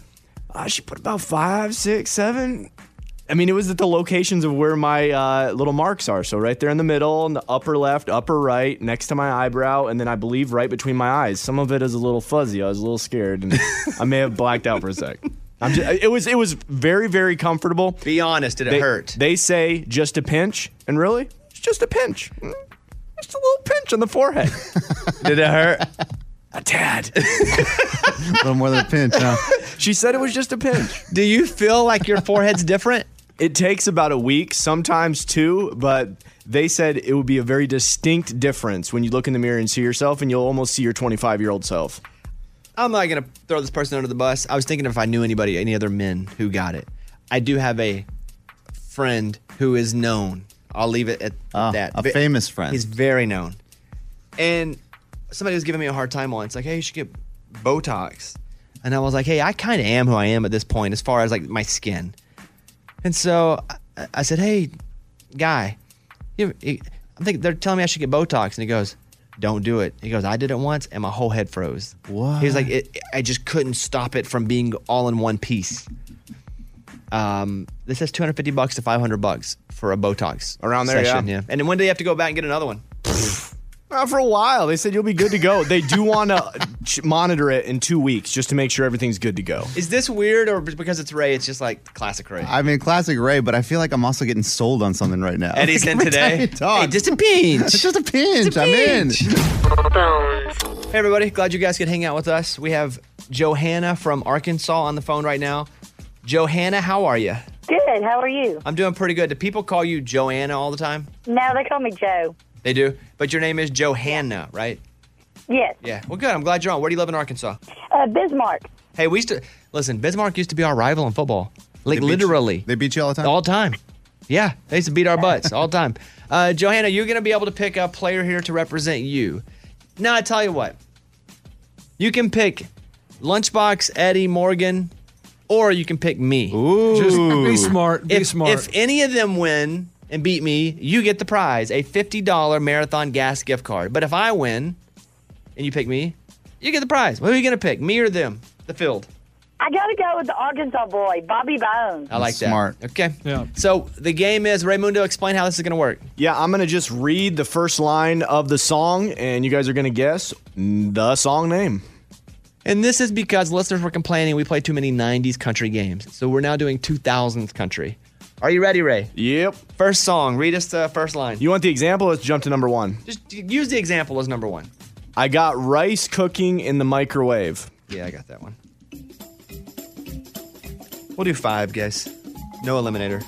S3: Uh, she put about five, six, seven. I mean, it was at the locations of where my uh, little marks are. So right there in the middle, in the upper left, upper right, next to my eyebrow, and then I believe right between my eyes. Some of it is a little fuzzy. I was a little scared, and I may have blacked out for a sec. I'm just, it was it was very very comfortable.
S1: Be honest, did it
S3: they,
S1: hurt?
S3: They say just a pinch, and really, it's just a pinch, Mm, just a little pinch on the forehead.
S1: Did it hurt?
S3: A tad.
S2: a little more than a pinch, huh?
S3: She said it was just a pinch.
S1: Do you feel like your forehead's different?
S3: It takes about a week, sometimes two, but they said it would be a very distinct difference when you look in the mirror and see yourself, and you'll almost see your 25 year old self.
S12: I'm not gonna throw this person under the bus.
S1: I was thinking if I knew anybody, any other men who got it. I do have a friend who is known. I'll leave it at
S2: Ah,
S1: that.
S2: a
S1: Ve-
S2: famous friend.
S1: He's very known. And somebody was giving me a hard time once, like, hey, you should get Botox. And I was like, hey, I kind of am who I am at this point as far as like my skin. And so I, I said, hey, guy, you, you- I'm thinking they're telling me I should get Botox. And he goes, don't do it. He goes, I did it once and my whole head froze. What? He was like, it, I just couldn't stop it from being all in one piece. Um, this is 250 bucks to 500 bucks for a Botox
S3: Around there,
S1: session,
S3: yeah.
S1: And then when do they have to go back and get another one?
S3: Not for a while. They said you'll be good to go. They do want to ch- monitor it in two weeks just to make sure everything's good to go.
S1: Is this weird or because it's Ray? It's just like classic Ray.
S2: I mean, classic Ray, but I feel like I'm also getting sold on something right now.
S1: Eddie's in
S2: Every
S1: today.
S2: time you talk-
S1: Hey, just a pinch.
S2: It's just a pinch. I'm in.
S1: Hey, everybody. Glad you guys could hang out with us. We have Johanna from Arkansas on the phone right now. Johanna, how are you?
S13: Good. How are you?
S1: I'm doing pretty good. Do people call you Joanna all the time?
S13: No, they call me Joe.
S1: They do. But your name is Johanna, right?
S13: Yes.
S1: Yeah. Well, good. I'm glad you're on. Where do you live in Arkansas?
S13: Uh, Bismarck.
S1: Hey, we used to listen. Bismarck used to be our rival in football. Like literally, they
S2: beat you all the time.
S1: All the time. Yeah, they used to beat our butts all the time. Uh, Johanna, you're gonna be able to pick a player here to represent you. Now I tell you what, you can pick Lunchbox, Eddie, Morgan, or you can pick me. Ooh,
S4: Just be smart, be
S1: if,
S4: smart.
S1: If any of them win and beat me, you get the prize, a fifty dollar marathon gas gift card. But if I win and you pick me, you get the prize. Who are you gonna pick? Me or them? The field.
S13: I got to go with the Arkansas boy, Bobby Bones.
S1: I like that. Smart. Okay. Yeah. So the game is Raymundo. Explain how this is going to work.
S3: Yeah, I'm going to just read the first line of the song, and you guys are going to guess the song name.
S1: And this is because listeners were complaining we play too many 90s country games. So we're now doing 2000s country. Are you ready, Ray?
S3: Yep.
S1: First song. Read us the first line.
S3: You want the example? Let's jump to number one.
S1: Just use the example as number one.
S3: I got rice cooking in the microwave.
S1: Yeah, I got that one. We'll do five, guys. No eliminator.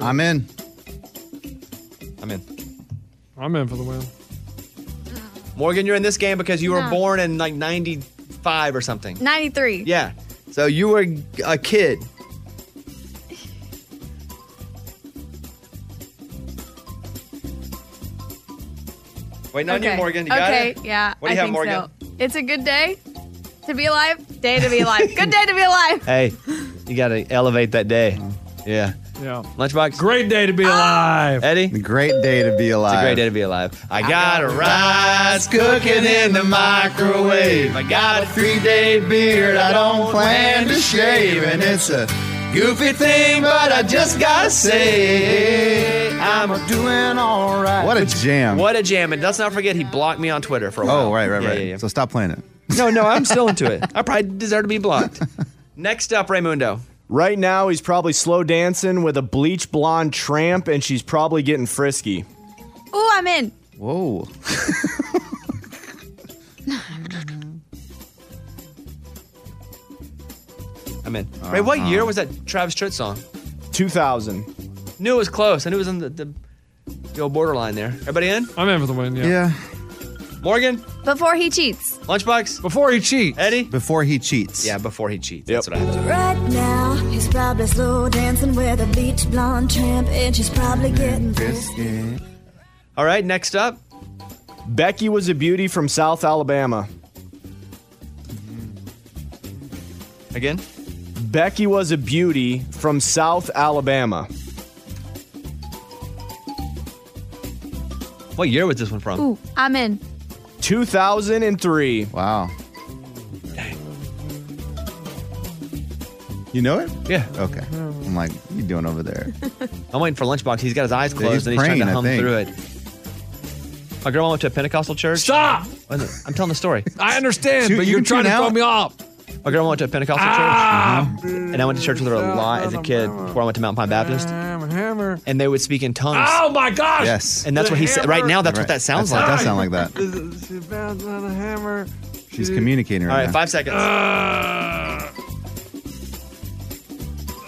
S2: I'm in.
S1: I'm in.
S4: I'm in for the win.
S1: Morgan, you're in this game because you were
S6: No.
S1: born in like 95 or something.
S6: 93.
S1: Yeah. So you were a kid. Waiting on you, Morgan. You got
S6: okay.
S1: it?
S6: Yeah.
S1: What do you
S6: I
S1: have,
S6: think
S1: Morgan?
S6: So. It's a good day to be alive. Day to be alive. good day to be alive.
S1: Hey, you got to elevate that day. Uh-huh. Yeah.
S4: Yeah.
S1: Lunchbox.
S4: Great day to be alive.
S1: Eddie?
S2: Great day to be alive.
S1: It's a great day to be alive. I got a
S2: rice cooking in the microwave. I got a three day beard I don't plan to shave, and it's a
S5: Goofy thing, but I just gotta say, I'm a doing alright.
S2: What a jam.
S1: What a jam. And let's not forget, he blocked me on Twitter for a while.
S2: Oh, right, right,
S1: Yeah,
S2: right.
S1: yeah, yeah.
S2: So stop playing it.
S1: No, no, I'm still into it. I probably deserve to be blocked. Next up, Raymundo.
S3: Right now, he's probably slow dancing with a bleach blonde tramp, and she's probably getting frisky.
S6: Ooh, I'm in.
S2: Whoa.
S1: I'm in. Ray, what
S3: Uh-huh.
S1: year was that Travis Tritt song?
S3: 2000.
S1: Knew it was close. I knew it was on the, the, the old borderline there. Everybody in?
S4: I'm in for the win, yeah.
S1: Morgan,
S6: Before he cheats.
S1: Lunchbox.
S4: Before he cheats.
S1: Eddie.
S2: Before he cheats.
S1: Yeah, before he cheats. That's what I have.
S8: Right now, he's probably slow dancing with a beach blonde tramp, and she's probably getting
S1: All right, next up.
S3: Becky was a beauty from South Alabama.
S1: Again?
S3: Becky was a beauty from South Alabama.
S1: What year was this one from?
S6: Ooh, I'm in.
S3: 2003.
S2: Wow. You know it?
S1: Yeah.
S2: Okay. I'm like, what you doing over there?
S1: I'm waiting for Lunchbox. He's got his eyes
S2: Yeah, he's
S1: closed and he's trying to
S2: praying, I
S1: hum
S2: think.
S1: through it. My grandma went to a Pentecostal church.
S4: Stop!
S1: I'm telling the story.
S4: I understand,
S1: Shoot,
S4: but
S1: you
S4: you're
S1: can
S4: trying to
S1: tune
S4: throw
S1: out.
S4: me off.
S1: My grandma went to a Pentecostal
S4: Ah!
S1: church. And I went to church with her a lot as a kid before I went to Mountain Pine Baptist.
S4: Hammer.
S1: And they would speak in tongues.
S4: Oh my gosh!
S1: Yes. And that's what he said- right now, that's what that sounds like.
S2: That does sound like that.
S4: hammer.
S2: She's communicating right
S1: All right,
S2: now.
S1: five seconds.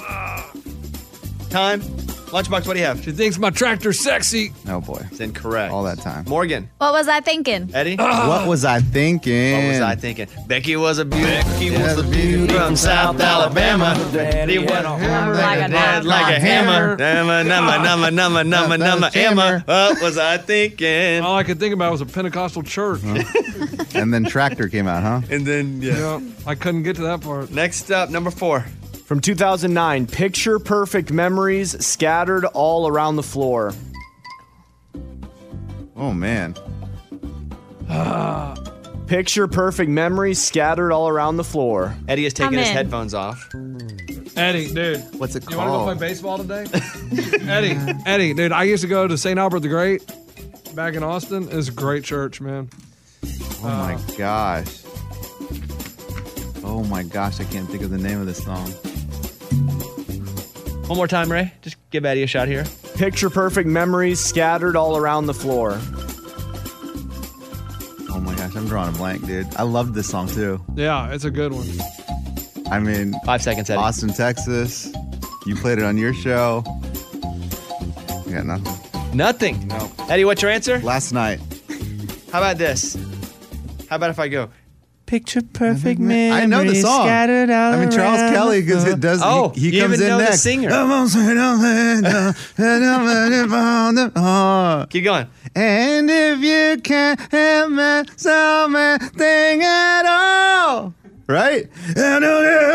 S4: Ah.
S1: Time. Lunchbox, what do you have?
S4: She thinks my tractor's sexy.
S2: Oh boy. It's
S1: incorrect.
S2: All that time.
S1: Morgan.
S6: What was I thinking?
S1: Eddie?
S4: Ah.
S2: What was I thinking?
S1: What was I thinking? Becky was a beauty. Becky
S2: was a beauty
S1: from South Alabama. Daddy was a hammer
S5: like a
S1: dad like a hammer. Numma, numma, numma, numma, numma, numma, Emma. What was I thinking?
S4: All I could think about was a Pentecostal church.
S2: and then Tractor came out, huh?
S1: And then,
S4: yeah. I couldn't get to that part.
S1: Next up, number four.
S3: From 2009, picture perfect memories scattered all around the floor.
S2: Oh, man.
S3: picture perfect memories scattered all around the floor.
S1: Eddie is taking
S4: I'm
S1: his
S4: in.
S1: headphones off.
S4: Eddie, dude.
S2: What's it
S4: You want to go play baseball today? Eddie, Eddie, dude, I used to go to St. Albert the Great back in Austin. It's a great church, man.
S2: Oh my gosh. Oh my gosh, I can't think of the name of this song.
S1: One more time, Ray. Just give Eddie a shot here.
S3: Picture perfect memories scattered all around the floor.
S2: Oh my gosh, I'm drawing a blank, dude. I loved this song too.
S4: Yeah, it's a good one.
S2: I mean,
S1: five seconds, Eddie.
S2: Austin, Texas. You played it on your show. I got nothing.
S1: Nothing. No. Eddie, what's your answer?
S2: Last night.
S1: How about this? How about if I go? Picture perfect
S2: I know the song. I mean, Charles Kelly, because it does.
S1: Oh,
S2: he, he
S1: you
S2: comes
S1: even
S2: in
S1: know the
S2: next.
S1: singer.
S2: Keep
S1: going.
S2: And if you can't have me something at all, right? I don't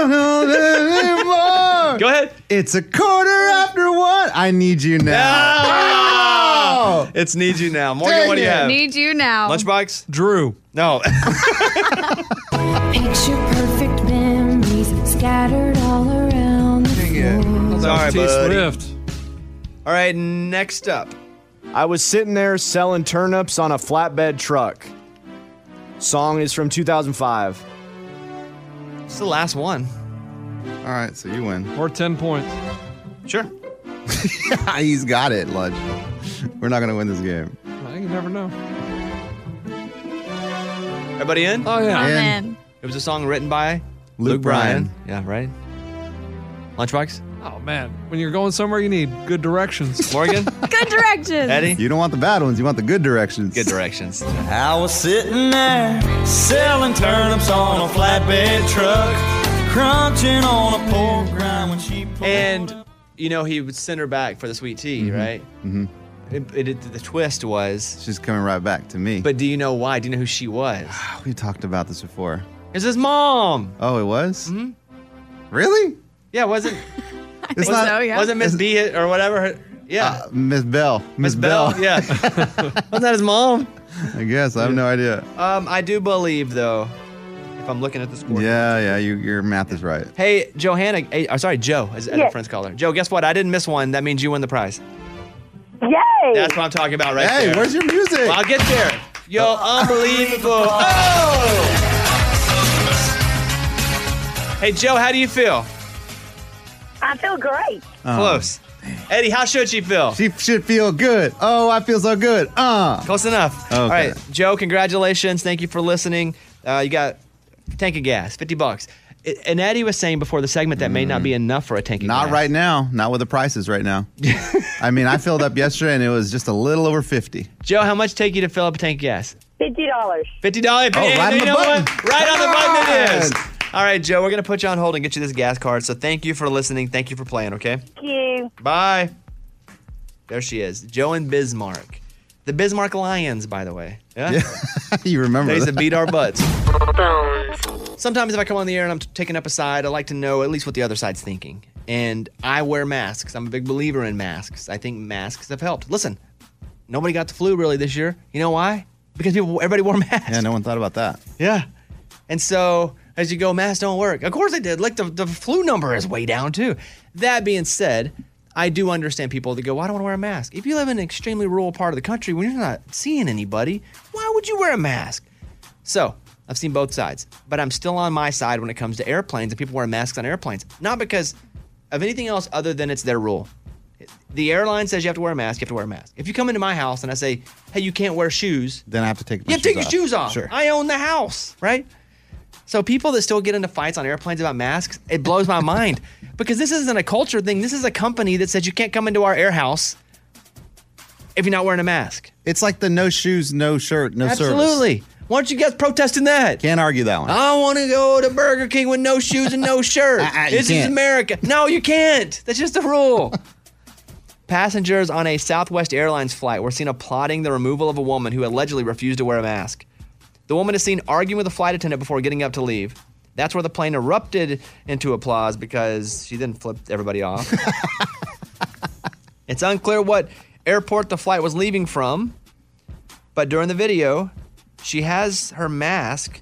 S2: know anymore.
S1: Go ahead.
S2: It's a quarter after one. I need you now. Oh!
S1: Ah! It's Need You Now. Morgan,
S2: Dang
S1: what do you
S2: it.
S1: have?
S6: Need you now.
S1: Lunchbox?
S4: Drew.
S1: No.
S8: Picture perfect memories scattered all around the floor.
S1: Sorry,
S3: T.
S1: buddy.
S4: Swift.
S1: All right, next up.
S3: I was sitting there selling turnips on a flatbed truck. Song is from 2005.
S1: It's the last one.
S2: All right, so you win.
S4: Or 10 points.
S1: Sure.
S2: He's got it, Ludge. We're not gonna win this game.
S4: I think you never know.
S1: Everybody in?
S4: Oh, yeah.
S6: I'm
S2: And-
S6: in.
S1: It was a song written by
S2: Luke
S1: Yeah, right. Lunchbox?
S4: Oh, man. When you're going somewhere, you need good directions.
S1: Morgan?
S6: Good directions.
S1: Eddie?
S2: You don't want the bad ones. You want the good directions.
S1: Good directions.
S5: I was sitting there selling turnips on a flatbed truck, crunching on a pork grind when she pulled
S1: And, you know, he would send her back for the sweet tea, right?
S2: hmm
S1: It, it, it- the twist was,
S2: She's coming right back to me.
S1: but do you know why? Do you know who she was?
S2: we talked about this before.
S1: It's his mom.
S2: Oh, it was. Mm-hmm. Really?
S1: Yeah, wasn't
S2: It's Uh,
S1: wasn't, wasn't Miss B it or whatever? her- yeah,
S2: Miss Bell. Miss Bell.
S1: Bell. Yeah, wasn't that his mom?
S2: I guess I have no idea.
S1: Um, I do believe though, if I'm looking at the score.
S2: Yeah, yeah, you, your math is right.
S1: Hey, Johanna. Hey, oh, sorry, Joe, as as a
S2: Yes.
S1: friend's caller. Joe, guess what? I didn't miss one. That means you win the prize.
S14: Yay!
S1: That's what I'm talking about right
S2: Hey,
S1: there.
S2: where's your music?
S1: I'll get there. Yo, unbelievable. Oh! Hey, Joe, how do you feel?
S14: I feel great.
S2: Oh.
S1: Close. Eddie, how should she feel?
S2: She should feel good. Oh, I feel so good. Uh.
S1: Close enough.
S2: Okay.
S1: All right, Joe, congratulations. Thank you for listening. Uh, you got a tank of gas, 50 bucks. I- And Eddie was saying before the segment that may not be enough for a tank of
S2: Mm. Not
S1: gas.
S2: right now. Not with the prices right now. I mean, I filled up yesterday and it was just a little over 50.
S1: Joe, how much take you to fill up a tank of gas?
S14: Fifty dollars.
S1: Fifty dollars.
S2: Oh, right on
S1: you
S2: the
S1: know
S2: button.
S1: what? Right on the
S2: Come
S1: button it
S2: on.
S1: is. All right, Joe, we're gonna put you on hold and get you this gas card. So thank you for listening. Thank you for playing. Okay.
S14: Thank you.
S1: Bye. There she is, Joe and Bismarck, the Bismarck Lions, by the way. Yeah.
S2: you remember
S1: They used to
S2: that.
S1: beat our butts. Sometimes if I come on the air and I'm t- taking up a side, I like to know at least what the other side's thinking. And I wear masks. I'm a big believer in masks. I think masks have helped. Listen, nobody got the flu really this year. You know why? Because people, everybody wore masks.
S2: Yeah, no one thought about that.
S1: Yeah. And so as you go, masks don't work. Of course they did. Like the, the flu number is way down too. That being said, I do understand people that go, well, I don't want to wear a mask. If you live in an extremely rural part of the country when you're not seeing anybody, why would you wear a mask? So I've seen both sides, but I'm still on my side when it comes to airplanes and people wearing masks on airplanes. Not because of anything else other than it's their rule. The airline says you have to wear a mask, you have to wear a mask. If you come into my house and I say, hey, you can't wear shoes,
S2: Then I have to take my
S1: you have to take your shoes
S2: off.
S1: off.
S2: Sure.
S1: I own the house, right? So people that still get into fights on airplanes about masks, it blows my mind because this isn't a culture thing. This is a company that says you can't come into our air house if you're not wearing a mask.
S2: It's like the no shoes, no shirt, no service.
S1: Absolutely. Ah. Why aren't you guys protesting that?
S2: Can't argue that one.
S1: I want to go to Burger King with no shoes and no shirt.
S2: Uh-uh, you
S1: this is
S2: can't.
S1: America. No, you can't. That's just a rule. Passengers on a Southwest Airlines flight were seen applauding the removal of a woman who allegedly refused to wear a mask. The woman is seen arguing with a flight attendant before getting up to leave. That's where the plane erupted into applause because she then flipped everybody off. it's unclear what airport the flight was leaving from, but during the video, she has her mask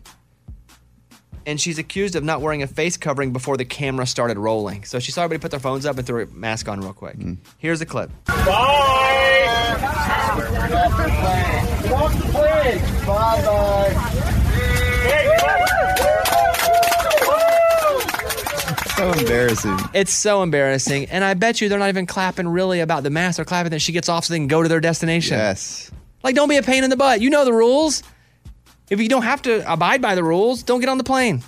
S1: and she's accused of not wearing a face covering before the camera started rolling. So she saw everybody put their phones up and threw her mask on real quick.
S2: Mm.
S1: Here's a clip.
S2: So embarrassing.
S1: It's so embarrassing. And I bet you they're not even clapping really about the mask. They're clapping that she gets off so they can go to their destination.
S2: Yes.
S1: Like, don't be a pain in the butt. You know the rules. If you don't have to abide by the rules, don't get on the plane.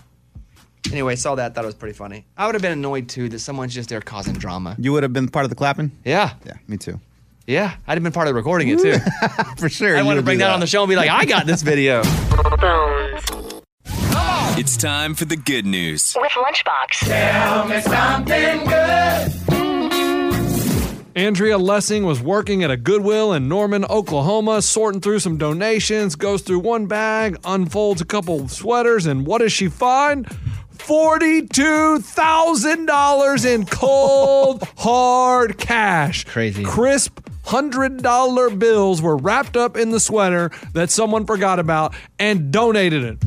S1: Anyway, saw that. Thought it was pretty funny. I would have been annoyed too that someone's just there causing drama.
S2: You would have been part of the clapping?
S1: Yeah.
S2: Yeah, me too.
S1: Yeah. I'd have been part of recording it too.
S2: For sure.
S1: I
S2: you
S1: want to
S2: would
S1: bring
S2: do
S1: that on the show and be like, I got this video.
S10: It's time for the good news.
S9: With Lunchbox.
S10: Tell me something good.
S4: Andrea Lessing was working at a Goodwill in Norman, Oklahoma, sorting through some donations, goes through one bag, unfolds a couple of sweaters, and what does she find? $42,000 in cold, hard cash. Crazy. Crisp $100 bills were wrapped up in the sweater that someone forgot about and donated it.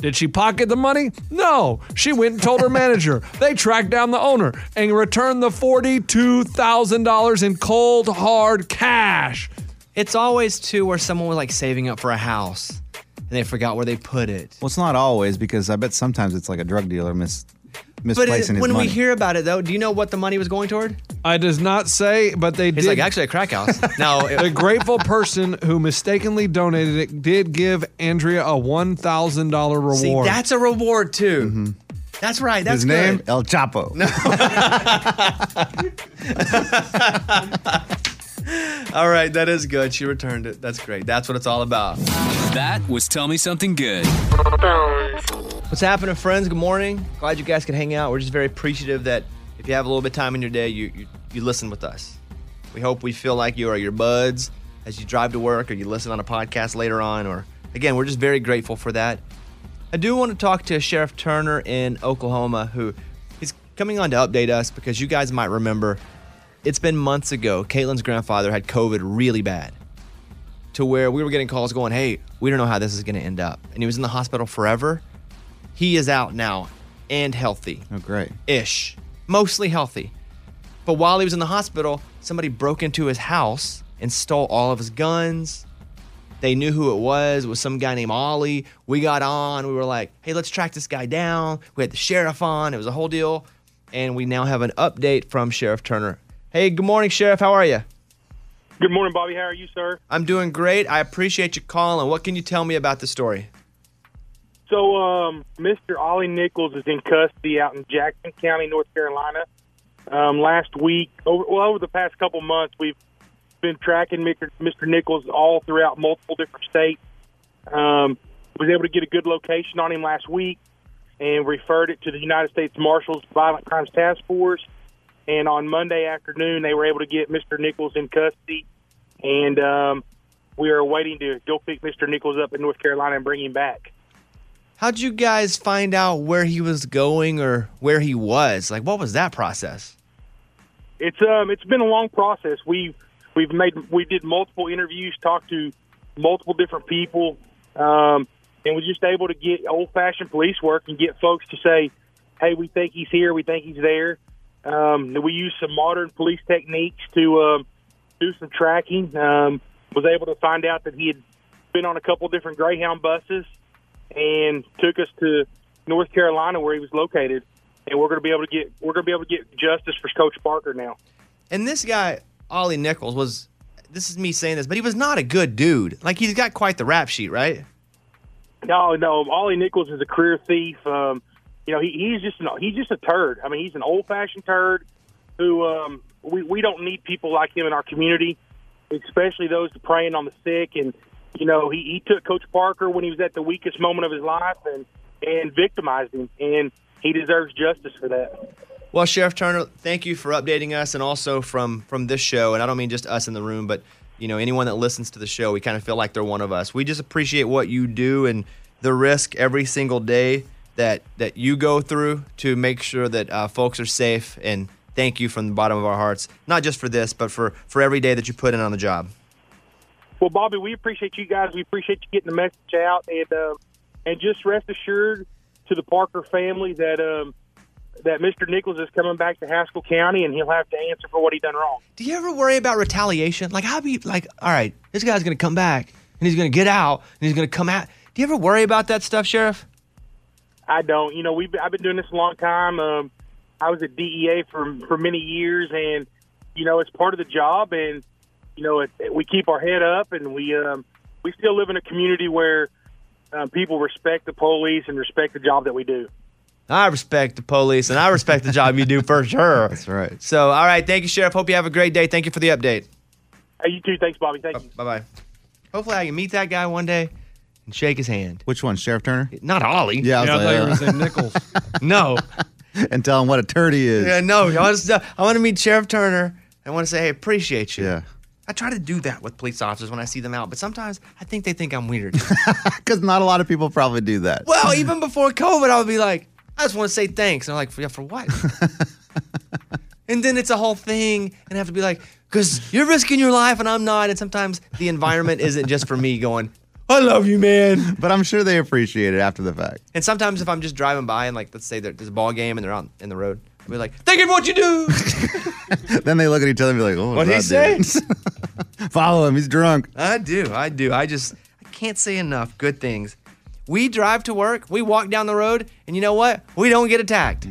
S4: Did she pocket the money? No. She went and told her manager. They tracked down the owner and returned the $42,000 in cold, hard cash.
S1: It's always too where someone was like saving up for a house and they forgot where they put it.
S2: Well, it's not always because I bet sometimes it's like a drug dealer mis-
S1: But it-
S2: misplacing his
S1: when
S2: money.
S1: we hear about it though, do you know what the money was going toward?
S4: I does not say, but they
S1: He's
S4: did.
S1: like actually a crack house. no, it-
S4: the grateful person who mistakenly donated it did give Andrea a $1,000 reward.
S1: See, that's a reward too. That's right. That's
S2: Mm-hmm. his
S1: good.
S2: name El Chapo. No.
S1: All right, that is good. She returned it. That's great. That's what it's all about.
S10: That was Tell Me Something Good.
S1: What's happening, friends? Good morning. Glad you guys could hang out. We're just very appreciative that if you have a little bit of time in your day, you, you, you listen with us. We hope we feel like you are your buds as you drive to work or you listen on a podcast later on. Or again, we're just very grateful for that. I do want to talk to Sheriff Turner in Oklahoma, who is coming on to update us because you guys might remember it's been months ago. Caitlin's grandfather had COVID really bad to where we were getting calls going, hey, we don't know how this is going to end up. And he was in the hospital forever. He is out now and healthy
S2: Oh, great.
S1: ish, mostly healthy. But while he was in the hospital, somebody broke into his house and stole all of his guns. They knew who it was. It was some guy named Ollie. We got on. We were like, hey, let's track this guy down. We had the sheriff on. It was a whole deal. And we now have an update from Sheriff Turner. Hey, good morning, Sheriff. How are you?
S13: Good morning, Bobby. How are you, sir?
S1: I'm doing great. I appreciate you calling. What can you tell me about the story?
S13: So, um, Mr. Ollie Nichols is in custody out in Jackson County, North Carolina. Um, last week, over, well, over the past couple months, we've been tracking Mr. Mr. Nichols all throughout multiple different states. Um, was able to get a good location on him last week and referred it to the United States Marshals Violent Crimes Task Force. And on Monday afternoon, they were able to get Mr. Nichols in custody. And um, we are waiting to go pick Mr. Nichols up in North Carolina and bring him back.
S1: How'd you guys find out where he was going or where he was? Like, what was that process?
S13: It's um, it's been a long process. We've we've made we did multiple interviews, talked to multiple different people, um, and was just able to get old fashioned police work and get folks to say, "Hey, we think he's here. We think he's there." Um, we used some modern police techniques to um, do some tracking. Um, was able to find out that he had been on a couple different Greyhound buses and took us to North Carolina where he was located. And we're going to be able to get we're going to be able to get justice for Coach Barker now.
S1: And this guy, Ollie Nichols, was this is me saying this, but he was not a good dude. Like he's got quite the rap sheet, right?
S13: No, no. Ollie Nichols is a career thief. Um, you know, he, he's just an, he's just a turd. I mean, he's an old fashioned turd who um, we we don't need people like him in our community, especially those preying on the sick. And you know, he, he took Coach Parker when he was at the weakest moment of his life and and victimized him, and he deserves justice for that.
S1: Well, Sheriff Turner, thank you for updating us and also from from this show, and I don't mean just us in the room, but you know, anyone that listens to the show, we kind of feel like they're one of us. We just appreciate what you do and the risk every single day that that you go through to make sure that uh, folks are safe and thank you from the bottom of our hearts, not just for this, but for for every day that you put in on the job.
S13: Well, Bobby, we appreciate you guys. We appreciate you getting the message out, and um, and just rest assured to the Parker family that um, that Mr. Nichols is coming back to Haskell County, and he'll have to answer for what he done wrong.
S1: Do you ever worry about retaliation? Like, how be like, all right, this guy's gonna come back and he's gonna get out and he's gonna come out. Do you ever worry about that stuff, Sheriff?
S13: I don't. You know, we've I've been doing this a long time. Um, I was at DEA for for many years, and you know, it's part of the job. And you know, it, we keep our head up, and we um, we still live in a community where um, people respect the police and respect the job that we do.
S1: I respect the police and I respect the job you do for sure. That's
S2: right.
S1: So, all right, thank you, Sheriff. Hope you have a great day. Thank you for the update.
S13: Hey, you too. Thanks, Bobby. Thank you.
S1: Bye bye. Hopefully, I can meet that guy one day and shake his hand.
S2: Which one, Sheriff Turner?
S1: Not Ollie.
S2: Yeah, I, was like, uh,
S1: Nichols. no.
S2: and tell him what a turd he is.
S1: Yeah, no. I want, to, I want to meet Sheriff Turner. I want to say, hey, appreciate you. Yeah. I try to do that with police officers when I see them out, but sometimes I think they think I'm weird.
S2: Because not a lot of people probably do that.
S1: well, even before COVID, I would be like, I just want to say thanks. And I'm like, yeah, for what? and then it's a whole thing, and I have to be like, because you're risking your life and I'm not. And sometimes the environment isn't just for me going, I love you, man.
S2: But I'm sure they appreciate it after the fact.
S1: and sometimes if I'm just driving by and like, let's say there- there's a ball game and they're on in the road, I'll be like, thank you for what you do.
S2: then they look at each other and be like, oh,
S1: What'd he
S2: that dude? Follow him. He's drunk.
S1: I do. I do. I just I can't say enough good things. We drive to work, we walk down the road, and you know what? We don't get attacked.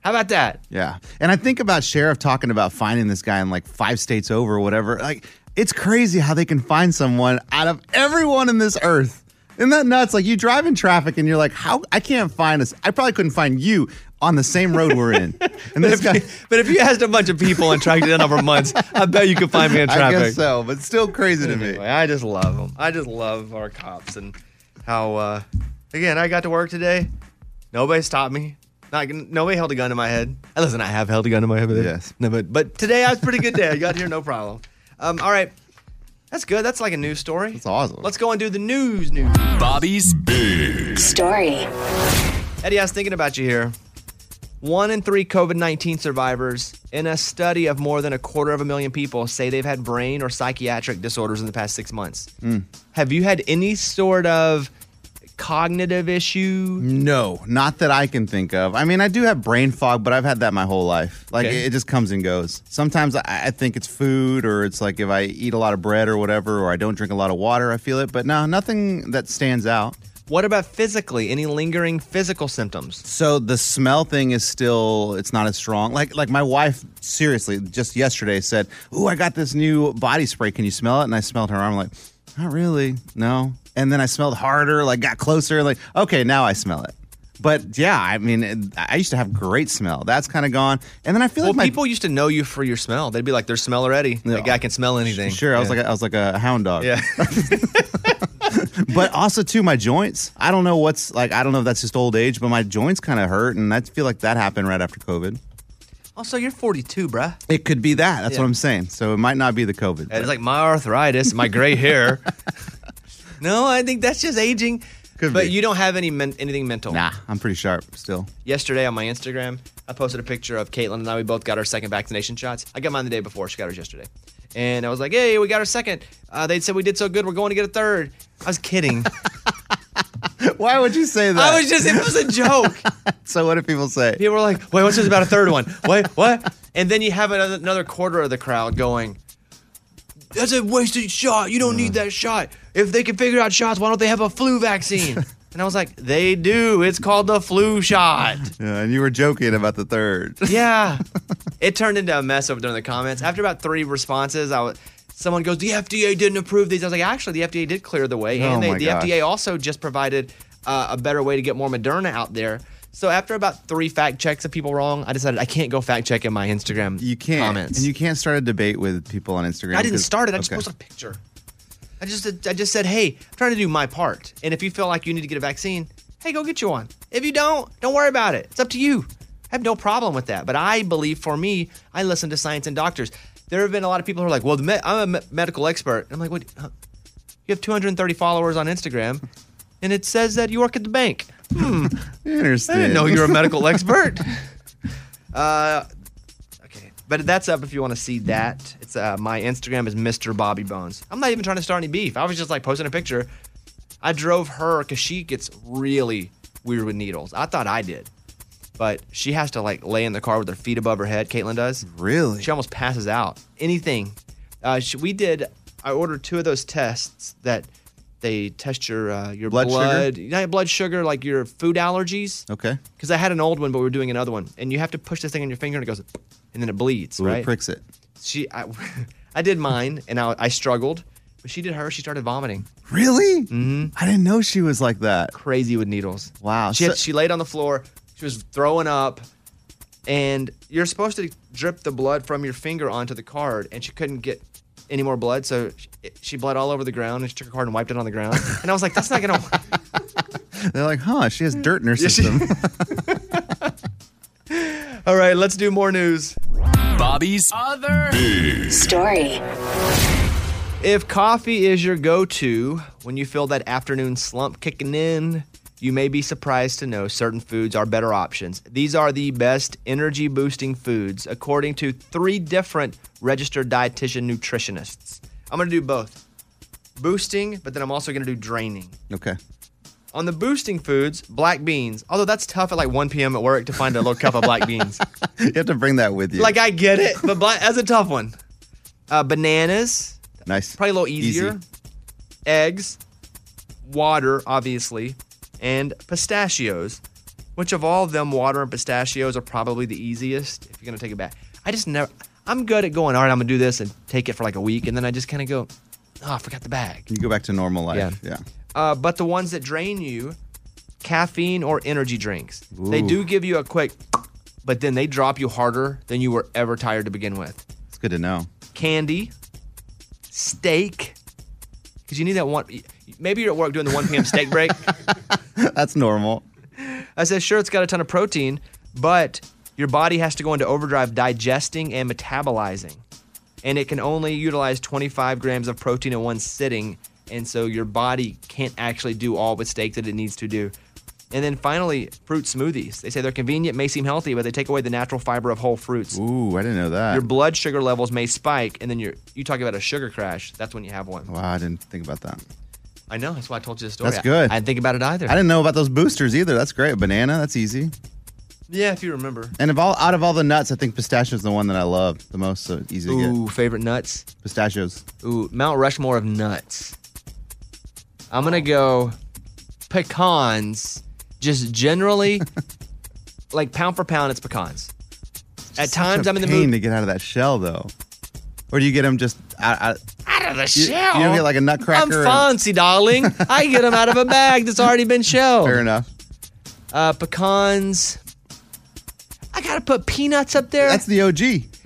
S1: How about that?
S2: Yeah. And I think about Sheriff talking about finding this guy in like five states over or whatever. Like, it's crazy how they can find someone out of everyone in this earth. Isn't that nuts? Like, you drive in traffic and you're like, how? I can't find us. I probably couldn't find you on the same road we're in. And this guy.
S1: But if you asked a bunch of people and tracked it down over months, I bet you could find me in
S2: I
S1: traffic.
S2: guess uh, so, but still crazy to me.
S1: I just love them. I just love our cops and how. uh Again, I got to work today. Nobody stopped me. Not nobody held a gun to my head. And listen, I have held a gun to my head. Yes. No, but but today I was a pretty good day. I got here no problem. Um, all right, that's good. That's like a news story. That's
S2: awesome.
S1: Let's go and do the news. News. Bobby's big
S9: Story.
S1: Eddie, I was thinking about you here. One in three COVID 19 survivors in a study of more than a quarter of a million people say they've had brain
S2: Hmm.
S1: or psychiatric disorders in the past six months. Have you had any sort of cognitive issue?
S2: No, not that I can think of. I mean, I do have brain fog, but I've had that my whole life. Like
S1: Okay.
S2: it, it just comes and goes. Sometimes I, I think it's food, or it's like if I eat a lot of bread or whatever, or I don't drink a lot of water, I feel it. But no, nothing that stands out.
S1: What about physically? Any lingering physical symptoms?
S2: So the smell thing is still it's not as strong. Like like my wife seriously just yesterday said, "Ooh, I got this new body spray. Can you smell it?" And I smelled her arm like, "Not really. No." And then I smelled harder, like got closer, like, "Okay, now I smell it." But yeah, I mean, it- I used to have great smell. That's kind of gone. And then I feel
S1: Well,
S2: like my
S1: people used to know you for your smell. They'd be like, "There's smell already. That guy can smell anything."
S2: Sure, I was
S1: Yeah.
S2: like a, I was like a hound dog.
S1: Yeah.
S2: but also too my joints. I don't know what's like. I don't know if that's just old age, but my joints kind of hurt, and I feel like that happened right after COVID.
S1: also, you're 42, bruh.
S2: It could be that. That's
S1: Yeah.
S2: what I'm saying. So it might not be the COVID.
S1: And It's like my arthritis, my gray hair. no, I think that's just aging. but you don't have any men- anything mental.
S2: Nah, I'm pretty sharp still.
S1: Yesterday on my Instagram, I posted a picture of Caitlin and I. We both got our second vaccination shots. I got mine the day before. She got hers yesterday. And I was like, hey, we got our second. Uh, they said we did so good, we're going to get a third. I was kidding.
S2: Why would you say
S1: I was just, it was a joke.
S2: so what do people say?
S1: People were like, wait, what's this about a third one? Wait, what? And then you have another, another quarter of the crowd going, that's a wasted shot. You don't need that shot. If they can figure out shots, why don't they have a flu vaccine? and I was like, they do. It's called the flu shot.
S2: Yeah, and you were joking about the third.
S1: Yeah. it turned into a mess over during the comments. After about three responses, I was someone goes, The FDA didn't approve these. I was like, actually the FDA did clear the way.
S2: Oh
S1: and they,
S2: my
S1: the
S2: gosh.
S1: FDA also just provided uh, a better way to get more Moderna out there. So after about three fact checks of people wrong, I decided I can't go fact checking my Instagram
S2: You can't.
S1: comments.
S2: And you can't start a debate with people on Instagram.
S1: I didn't
S2: 'cause-
S1: start it. I just
S2: okay.
S1: posted a picture. I just I just said, hey, I'm trying to do my part. And if you feel like you need to get a vaccine, hey, go get you one. If you don't, don't worry about it. It's up to you. I have no problem with that. But I believe for me, I listen to science and doctors. There have been a lot of people who are like, well, the me- I'm a me- medical expert. And I'm like, what? huh? You have 230 followers on Instagram, and it says that you work at the bank. Hmm.
S2: Interesting.
S1: I didn't know you were a medical expert. Uh, okay, but that's up if you want to see that. It's uh, my Instagram is Mr. Bobby Bones. I'm not even trying to start any beef. I was just like posting a picture. I drove her because she gets really weird with needles. I thought I did, but she has to like lay in the car with her feet above her head. Caitlin does.
S2: Really?
S1: She almost passes out. Anything. Uh, she, we did. I ordered two of those tests that they test your uh, your
S2: Blood sugar?
S1: sugar? not your blood sugar, like your food allergies
S2: Okay.
S1: because I had an old one, but we were doing another one, and you have to push this thing on your finger, and it goes, and then it bleeds,
S2: Ooh, it
S1: right?
S2: pricks it.
S1: She, I, I did mine, and I, I struggled, but she did her. She started vomiting.
S2: Really? Mm-hmm. I didn't know she was like that.
S1: Crazy with needles.
S2: Wow.
S1: She, had-
S2: So-
S1: she laid on the floor. She was throwing up, and you're supposed to drip the blood from your finger onto the card, and she couldn't get any more blood, so she, she bled all over the ground, and she took her card and wiped it on the ground. And I was like, that's not gonna. work.
S2: They're like, huh? She has dirt in her
S1: Yeah, she-
S2: system.
S1: all right, let's do more news.
S10: Bobby's other
S9: story.
S1: If coffee is your go to when you feel that afternoon slump kicking in, you may be surprised to know certain foods are better options. These are the best energy boosting foods, according to three different registered dietitian nutritionists. I'm going to do both boosting, but then I'm also going to do draining.
S2: okay.
S1: On the boosting foods, black beans, although that's tough at like 1 p.m. at work to find a little cup of black beans.
S2: You have to bring that with you.
S1: Like, I get it, but black, that's a tough one. Uh, bananas,
S2: nice.
S1: probably a little easier.
S2: Easy.
S1: Eggs, water, obviously, and pistachios. Which of all of them, water and pistachios are probably the easiest if you're gonna take it back. I just never. I'm good at going. All right, I'm gonna do this and take it for like a week, and then I just kind of go. Oh, I forgot the bag.
S2: You go back to normal life. Yeah.
S1: Uh, but the ones that drain you, caffeine or energy drinks. They
S2: Ooh.
S1: do give you a quick, but then they drop you harder than you were ever tired to begin with
S2: It's good to know.
S1: candy, steak, because you need that one. Maybe you're at work doing the 1 p.m. steak break.
S2: That's normal.
S1: I said, sure, it's got a ton of protein, but your body has to go into overdrive digesting and metabolizing. And it can only utilize 25 grams of protein in one sitting. And so your body can't actually do all with steak that it needs to do. And then finally, fruit smoothies. They say they're convenient, may seem healthy, but they take away the natural fiber of whole fruits.
S2: Ooh, I didn't know that.
S1: Your blood sugar levels may spike, and then you you talk about a sugar crash. That's when you have one.
S2: wow, I didn't think about that.
S1: I know. That's why I told you this story.
S2: That's good.
S1: I, I didn't think about it either.
S2: I didn't know about those boosters either. That's great. Banana, that's easy.
S1: Yeah, if you remember.
S2: And of all out of all the nuts, I think pistachio's the one that I love the most. So it's easy to
S1: Ooh, favorite nuts?
S2: Pistachios.
S1: Ooh, Mount Rushmore of nuts. I'm gonna go pecans. Just generally, like pound for pound, it's pecans. At times,
S2: i
S1: I'm in the
S2: pain
S1: mood.
S2: to get out of that shell though. Or do you get them just out, out,
S1: Out of the
S2: you,
S1: shell.
S2: You don't get like a nutcracker.
S1: I'm
S2: and-
S1: fancy, darling. I get them out of a bag that's already been shelled. Fair enough. Uh, pecans. I gotta put peanuts up there. That's
S2: the OG.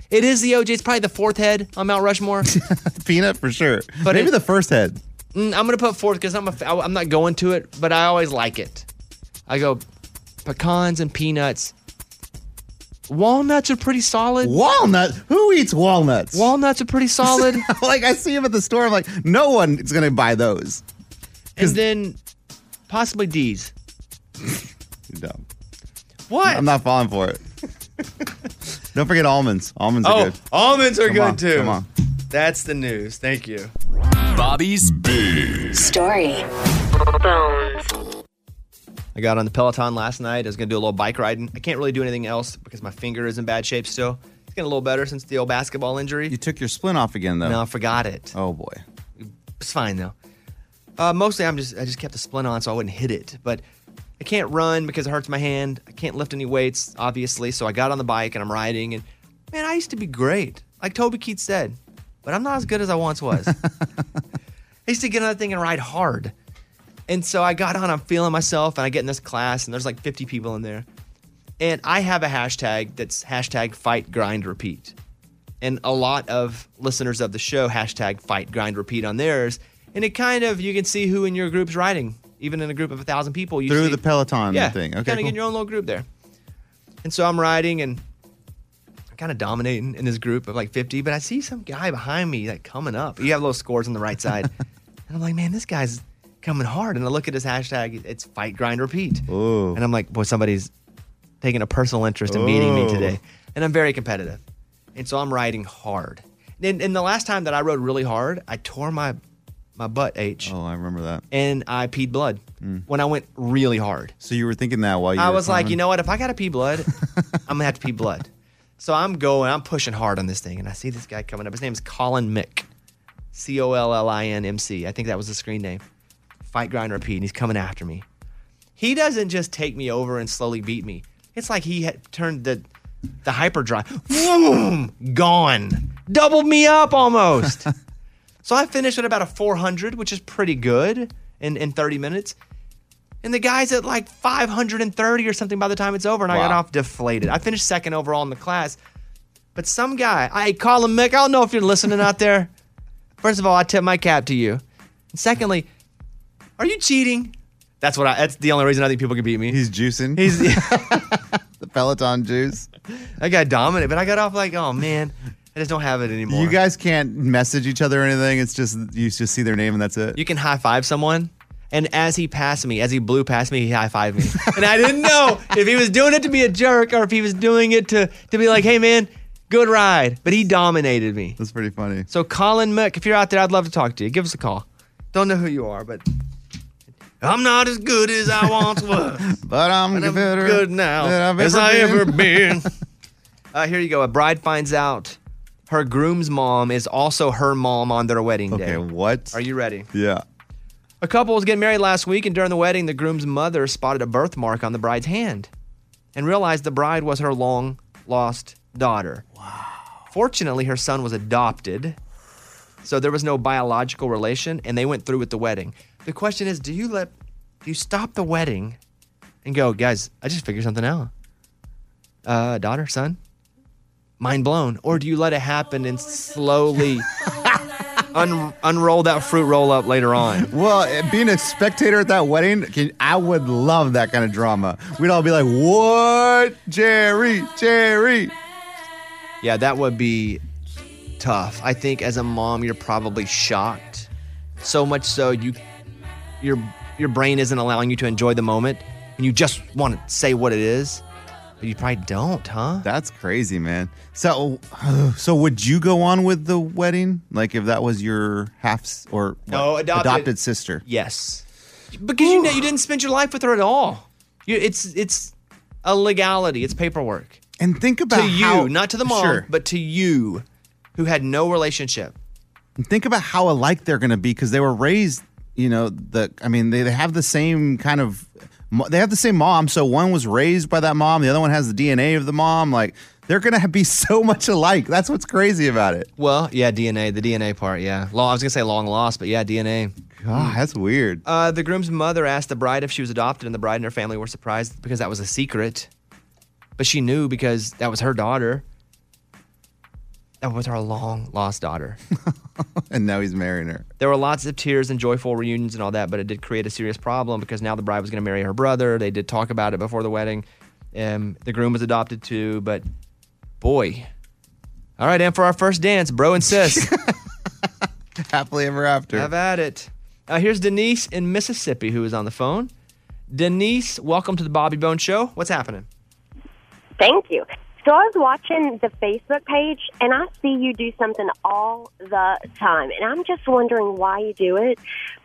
S1: It is the OG. It's probably the fourth head on Mount Rushmore.
S2: peanut for sure.
S1: But
S2: maybe
S1: it-
S2: the first head.
S1: Mm, I'm gonna put fourth because I'm a fa- I'm not going to it, but I always like it. I go pecans and peanuts. Walnuts are pretty solid.
S2: Walnut? Who eats walnuts?
S1: Walnuts are pretty solid.
S2: like I see them at the store. I'm like, no one is gonna buy those.
S1: And then possibly D's.
S2: You're dumb.
S1: What?
S2: I'm not falling for it. don't forget almonds. Almonds
S1: Oh,
S2: are good.
S1: almonds are
S2: Come
S1: good
S2: on,
S1: too.
S2: Come on.
S1: That's the news. Thank you.
S10: Bobby's Big
S9: Story.
S1: I got on the Peloton last night. I was gonna do a little bike riding. I can't really do anything else because my finger is in bad shape still. It's getting a little better since the old basketball injury.
S2: You took your splint off again though.
S1: No, I forgot it.
S2: Oh boy.
S1: It's fine though. Uh, mostly, I'm just I just kept the splint on so I wouldn't hit it. But I can't run because it hurts my hand. I can't lift any weights, obviously. So I got on the bike and I'm riding. And man, I used to be great, like Toby Keith said, but I'm not as good as I once was. I used to get on that thing and ride hard. And so I got on. I'm feeling myself, and I get in this class, and there's like 50 people in there. And I have a hashtag that's hashtag fight grind repeat and a lot of listeners of the show hashtag fight grind repeat on theirs and it kind of you can see who in your group's riding even in a group of a thousand people you
S2: Through
S1: see-
S2: the Peloton
S1: yeah,
S2: thing.
S1: you kind
S2: Okay.
S1: of
S2: cool.
S1: get in your own little group there and so i'm riding and i'm kind of dominating in this group of like 50 but i see some guy behind me like coming up you have little scores on the right side and i'm like man this guy's coming hard and i look at his hashtag it's fight grind repeat and i'm like boy somebody's taking a personal interest in beating me
S15: Ooh.
S1: today and i'm very competitive and so I'm riding hard. And, and the last time that I rode really hard, I tore my my butt H.
S2: Oh, Mm. I remember that.
S1: And I peed blood when I went really hard.
S2: So you were thinking that while you
S1: I
S2: were
S1: was like,
S2: climbing?
S1: you know what? If I gotta pee blood, I'm gonna have to pee blood. So I'm going, I'm pushing hard on this thing, and I see this guy coming up. His name is Colin Mick, C O L L I N M C. I think that was the screen name. Fight, grind, repeat, and he's coming after me. He doesn't just take me over and slowly beat me. It's like he had turned the the hyperdrive, boom, gone, doubled me up almost. so I finished at about a 400, which is pretty good in in 30 minutes. And the guy's at like 530 or something by the time it's over, and I got
S15: Wow.
S1: off deflated. I finished second overall in the class. But some guy, I call him Mick. I don't know if you're listening out there. First of all, I tip my cap to you. And secondly, are you cheating? That's what I. That's the only reason I think people can beat me.
S2: He's juicing.
S1: He's
S2: the Peloton juice.
S1: I got dominant, but I got off like, oh man, I just don't have it anymore.
S2: You guys can't message each other or anything. It's just you just see their name and that's it.
S1: You can high five someone, and as he passed me, as he blew past me, he high fived me, and I didn't know if he was doing it to be a jerk or if he was doing it to to be like, hey man, good ride. But he dominated me.
S2: That's pretty funny.
S1: So Colin Mick, if you're out there, I'd love to talk to you. Give us a call. Don't know who you are, but I'm not as good as I once was.
S2: but I'm better
S1: good now
S2: than I've
S1: as
S2: ever
S1: I
S2: been.
S1: ever been. uh, here you go. A bride finds out her groom's mom is also her mom on their wedding day. Okay,
S2: what?
S1: Are you ready?
S2: Yeah.
S1: A couple was getting married last week, and during the wedding, the groom's mother spotted a birthmark on the bride's hand and realized the bride was her long lost daughter. Wow. Fortunately, her son was adopted, so there was no biological relation, and they went through with the wedding. The question is do you let, do you stop the wedding and go, guys, I just figured something out? Uh, daughter, son? Mind blown. Or do you let it happen and slowly un- unroll that fruit roll up later on?
S2: Well, eh, being a spectator at that wedding, can, I would love that kind of drama. We'd all be like, "What, Jerry? Jerry?"
S1: Yeah, that would be tough. I think as a mom, you're probably shocked. So much so you your your brain isn't allowing you to enjoy the moment and you just want to say what it is. You probably don't, huh?
S2: That's crazy, man. So, so would you go on with the wedding? Like if that was your half s- or
S1: No,
S2: what,
S1: adopted-
S2: sister?
S1: Yes. Because you you didn't spend your life with her at all. You, it's it's a legality. It's paperwork.
S2: And think about
S1: to you,
S2: how-
S1: not to the mom,
S2: Sure.
S1: but to you, who had no relationship.
S2: And think about how alike they're going to be because they were raised, you know, the I mean, they, they have the same kind of mo- they have the same mom, so one was raised by that mom, the other one has the DNA of the mom, like they're going to be so much alike. That's what's crazy about it.
S1: Well, yeah, DNA, the DNA part, yeah. Long, I was gonna say long lost, but yeah, DNA.
S2: God, that's weird.
S1: Uh, the groom's mother asked the bride if she was adopted, and the bride and her family were surprised because that was a secret. But she knew because that was her daughter. That was our long lost daughter.
S2: and now he's marrying her.
S1: There were lots of tears and joyful reunions and all that, but it did create a serious problem because now the bride was going to marry her brother. They did talk about it before the wedding. Um, the groom was adopted too, but boy. All right, and for our first dance, bro and sis.
S2: Happily ever after.
S1: Have at it. Uh, here's Denise in Mississippi who is on the phone. Denise, welcome to the Bobby Bone Show. What's happening?
S16: Thank you. So I was watching the Facebook page and I see you do something all the time and I'm just wondering why you do it.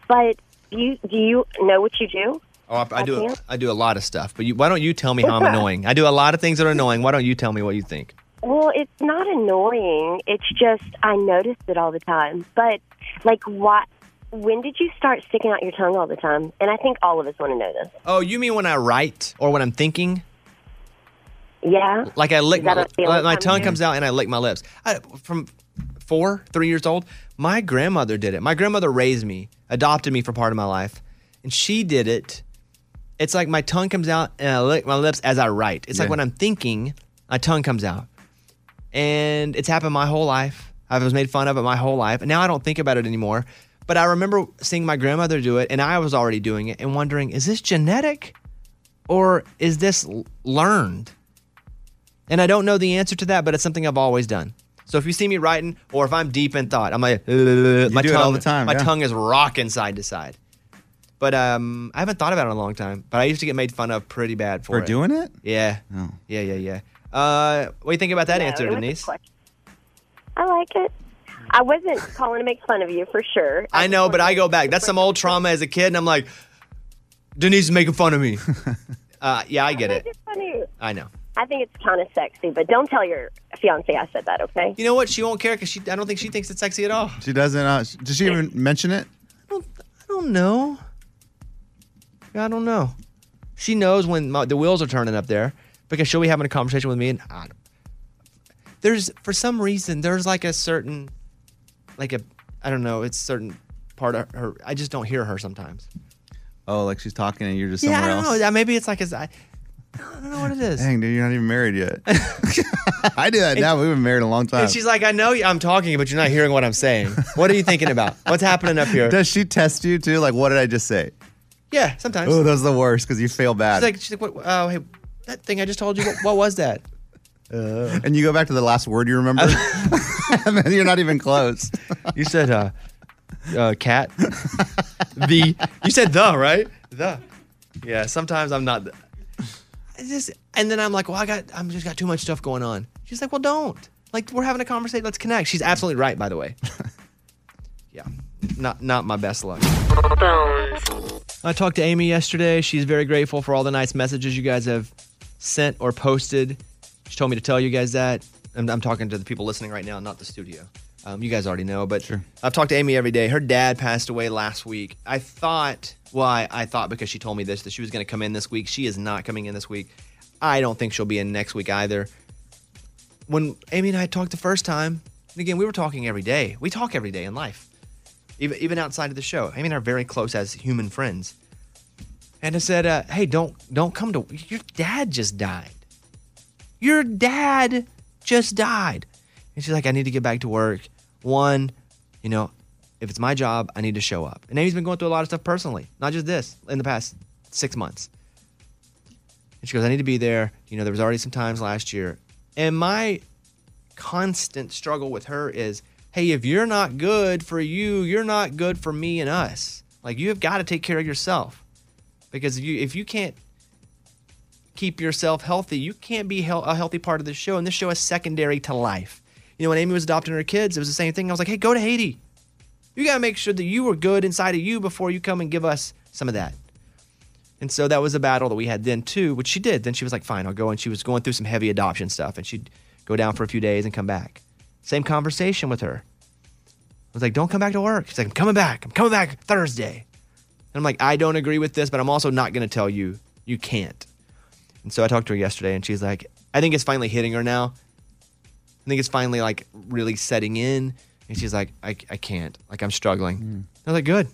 S16: But you do you know what you do?
S1: Oh, I, I do.
S16: can't.
S1: I do a lot of stuff, but you, why don't you tell me how I'm annoying? I do a lot of things that are annoying. Why don't you tell me what you think?
S16: Well, it's not annoying. It's just I noticed it all the time. But like why when did you start sticking out your tongue all the time? And I think all of us want to know this.
S1: Oh, you mean when I write or when I'm thinking?
S16: Yeah.
S1: Like I lick
S16: Is that
S1: my,
S16: a feeling
S1: like my
S16: coming
S1: tongue
S16: in?
S1: comes out and I lick my lips. I, from four, three years old, my grandmother did it. My grandmother raised me, adopted me for part of my life, and she did it. It's like my tongue comes out and I lick my lips as I write. It's like
S15: Yeah.
S1: when I'm thinking, my tongue comes out, and it's happened my whole life. I was made fun of it my whole life, and now I don't think about it anymore. But I remember seeing my grandmother do it, and I was already doing it, and wondering, is this genetic, or is this l- learned? And I don't know the answer to that, but it's something I've always done. So if you see me writing, or if I'm deep in thought, I'm like my
S2: do it
S1: tongue,
S2: all the time,
S1: my
S2: yeah.
S1: tongue is rocking side to side. But um, I haven't thought about it in a long time. But I used to get made fun of pretty bad for,
S2: For doing it?
S1: Yeah,
S2: Oh.
S1: yeah, yeah, yeah. Uh, what do you think about that
S16: No,
S1: answer,
S16: it was a
S1: Denise?
S16: question. I like it. I wasn't calling to make fun of you for sure.
S1: I know, but I go back. That's some old trauma as a kid, and I'm like, Denise is making fun of me. uh, yeah, I get it.
S16: It's funny.
S1: I know.
S16: I think it's kind of sexy, but don't tell your fiance I said that, okay?
S1: You know what? She won't care because she. I don't think she thinks it's sexy at all.
S2: She doesn't uh, sh- does she even mention it?
S1: I don't know. I don't know. She knows when my, the wheels are turning up there because she'll be having a conversation with me, and I, there's for some reason there's like a certain, like a I don't know, it's certain part of her. I just don't hear her sometimes.
S2: Oh, like she's talking and you're just
S1: yeah, I
S2: somewhere
S1: don't
S2: else.
S1: know. That- Maybe it's like as I, I don't know what it is.
S2: Dang, dude, you're not even married yet. I do that now. We've been married a long time.
S1: And she's like, I know you- I'm talking, but you're not hearing what I'm saying. What are you thinking about? What's happening up here?
S2: Does she test you too? Like, what did I just say?
S1: Yeah, sometimes.
S2: Oh, that's the worst because you feel bad.
S1: she's like, she's like, what, oh, hey, that thing I just told you, what, what was that?
S2: and you go back to the last word you remember, and then you're not even close.
S1: you said uh, uh, cat. the you said the right the. Yeah, sometimes I'm not. th- I just and then I'm like, well, I got I'm just got too much stuff going on. She's like, well, don't. Like we're having a conversation. Let's connect. She's absolutely right, by the way. yeah, not not my best luck. I talked to Amy yesterday. She's very grateful for all the nice messages you guys have sent or posted. She told me to tell you guys that. I'm, I'm talking to the people listening right now, not the studio. Um, you guys already know, but I've talked to Amy every day. Her dad passed away last week. I thought, well, I, I thought because she told me this, that she was going to come in this week. She is not coming in this week. I don't think she'll be in next week either. When Amy and I talked the first time, and again, we were talking every day. We talk every day in life, even, even outside of the show. Amy and I are very close as human friends. And I said, uh, "Hey, don't don't come to your dad just died. Your dad just died." And she's like, "I need to get back to work. One, you know, if it's my job, I need to show up." And Amy's been going through a lot of stuff personally, not just this, in the past six months. And she goes, "I need to be there." You know, there was already some times last year, and my constant struggle with her is, "Hey, if you're not good for you, you're not good for me and us. Like you have got to take care of yourself." because if you if you can't keep yourself healthy. You can't be hel- a healthy part of this show, and this show is secondary to life. You know, when Amy was adopting her kids, it was the same thing. I was like, hey, go to Haiti. You got to make sure that you were good inside of you before you come and give us some of that. And so that was a battle that we had then too, which she did. Then she was like, fine, I'll go. And she was going through some heavy adoption stuff, and she'd go down for a few days and come back. Same conversation with her. I was like, don't come back to work. She's like, I'm coming back. I'm coming back Thursday. And I'm like, I don't agree with this, but I'm also not going to tell you you can't. And so I talked to her yesterday, and she's like, I think it's finally hitting her now. I think it's finally like really setting in. And she's like, I, I can't. Like, I'm struggling. I was like, good,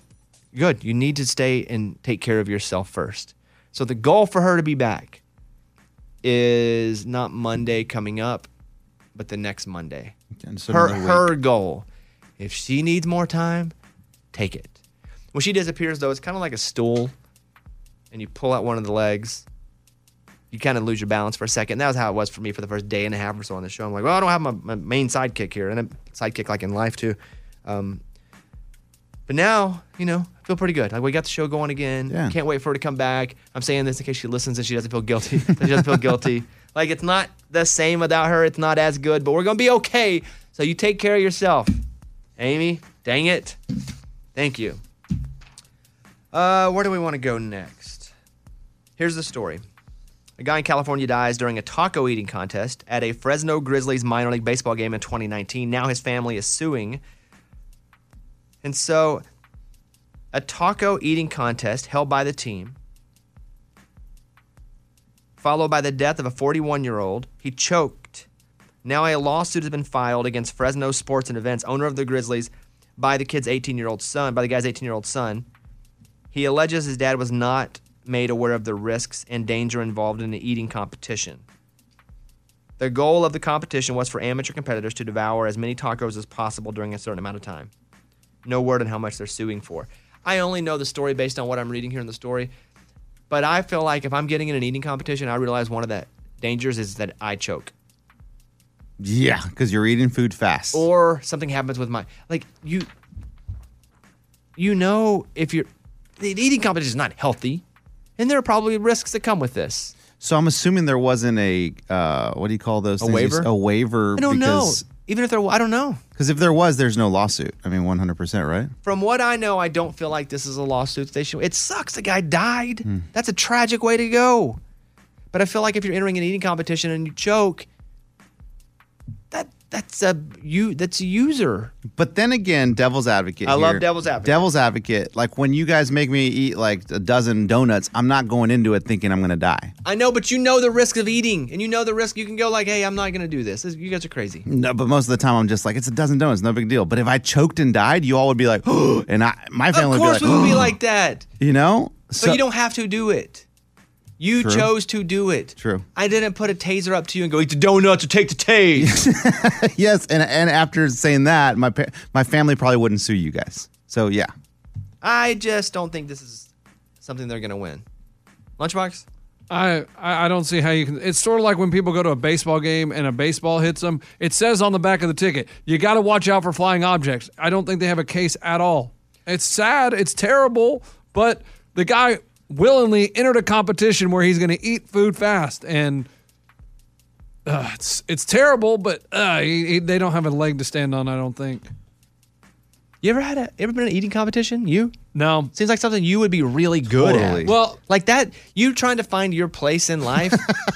S1: good. You need to stay and take care of yourself first. So the goal for her to be back is not Monday coming up, but the next Monday.
S2: so
S1: her
S2: another
S1: her goal. If she needs more time, take it. When she disappears, though, it's kind of like a stool, and you pull out one of the legs. You kind of lose your balance for a second. That was how it was for me for the first day and a half or so on the show. I'm like, well, I don't have my, my main sidekick here, and a sidekick like in life too. Um, but now, you know, I feel pretty good. Like we got the show going again.
S2: Yeah.
S1: Can't wait for her to come back. I'm saying this in case she listens and she doesn't feel guilty. that she doesn't feel guilty. Like it's not the same without her. It's not as good, but we're gonna be okay. So you take care of yourself, Amy. Dang it. Thank you. Uh, where do we want to go next? Here's the story. A guy in California dies during a taco eating contest at a Fresno Grizzlies minor league baseball game in 2019. Now his family is suing. And so, a taco eating contest held by the team, followed by the death of a 41 year old. He choked. Now, a lawsuit has been filed against Fresno Sports and Events, owner of the Grizzlies, by the kid's 18 year old son, by the guy's 18 year old son. He alleges his dad was not made aware of the risks and danger involved in the eating competition. The goal of the competition was for amateur competitors to devour as many tacos as possible during a certain amount of time. No word on how much they're suing for. I only know the story based on what I'm reading here in the story, but I feel like if I'm getting in an eating competition, I realize one of the dangers is that I choke
S2: Yeah, because you're eating food fast.
S1: or something happens with my like you you know if you're the eating competition is not healthy and there are probably risks that come with this
S2: So I'm assuming there wasn't a uh, what do you call those?
S1: A
S2: things?
S1: waiver?
S2: A waiver.
S1: i don't know
S2: because,
S1: even if there i don't know
S2: Because if there was, there's no lawsuit. I mean, 100, percent right?
S1: from what i know i don't feel like this is a lawsuit that they should it sucks the guy died
S2: Hmm.
S1: that's a tragic way to go but i feel like if you're entering an eating competition and you choke that that's a you that's a user.
S2: But then again, devil's advocate.
S1: I love
S2: here.
S1: devil's advocate.
S2: Devil's advocate. Like when you guys make me eat like a dozen donuts, I'm not going into it thinking I'm going to die.
S1: i know but you know the risk of eating and you know the risk you can go like hey i'm not gonna do this This- you guys are crazy
S2: No, but most of the time I'm just like it's a dozen donuts, no big deal. But if I choked and died, you all would be like, and I, my family
S1: of course
S2: would be like,
S1: we would be like that
S2: you know.
S1: So, you don't have to do it. You
S2: True.
S1: chose to do it.
S2: True.
S1: I didn't put a taser up to you and go eat the donuts or take the tase.
S2: yes, and and after saying that, my pa- my family probably wouldn't sue you guys. So yeah,
S1: I just don't think this is something they're gonna win. Lunchbox.
S4: I, I I don't see how you can. It's sort of like when people go to a baseball game and a baseball hits them. It says on the back of the ticket, you got to watch out for flying objects. I don't think they have a case at all. It's sad. It's terrible. But the guy willingly entered a competition where he's going to eat food fast, and uh, it's it's terrible. But uh, he, he, they don't have a leg to stand on. I don't think.
S1: You ever had a ever been in an eating competition? You?
S4: No.
S1: Seems like something you would be really good
S2: Totally.
S1: at. Well, like that, you trying to find your place in life,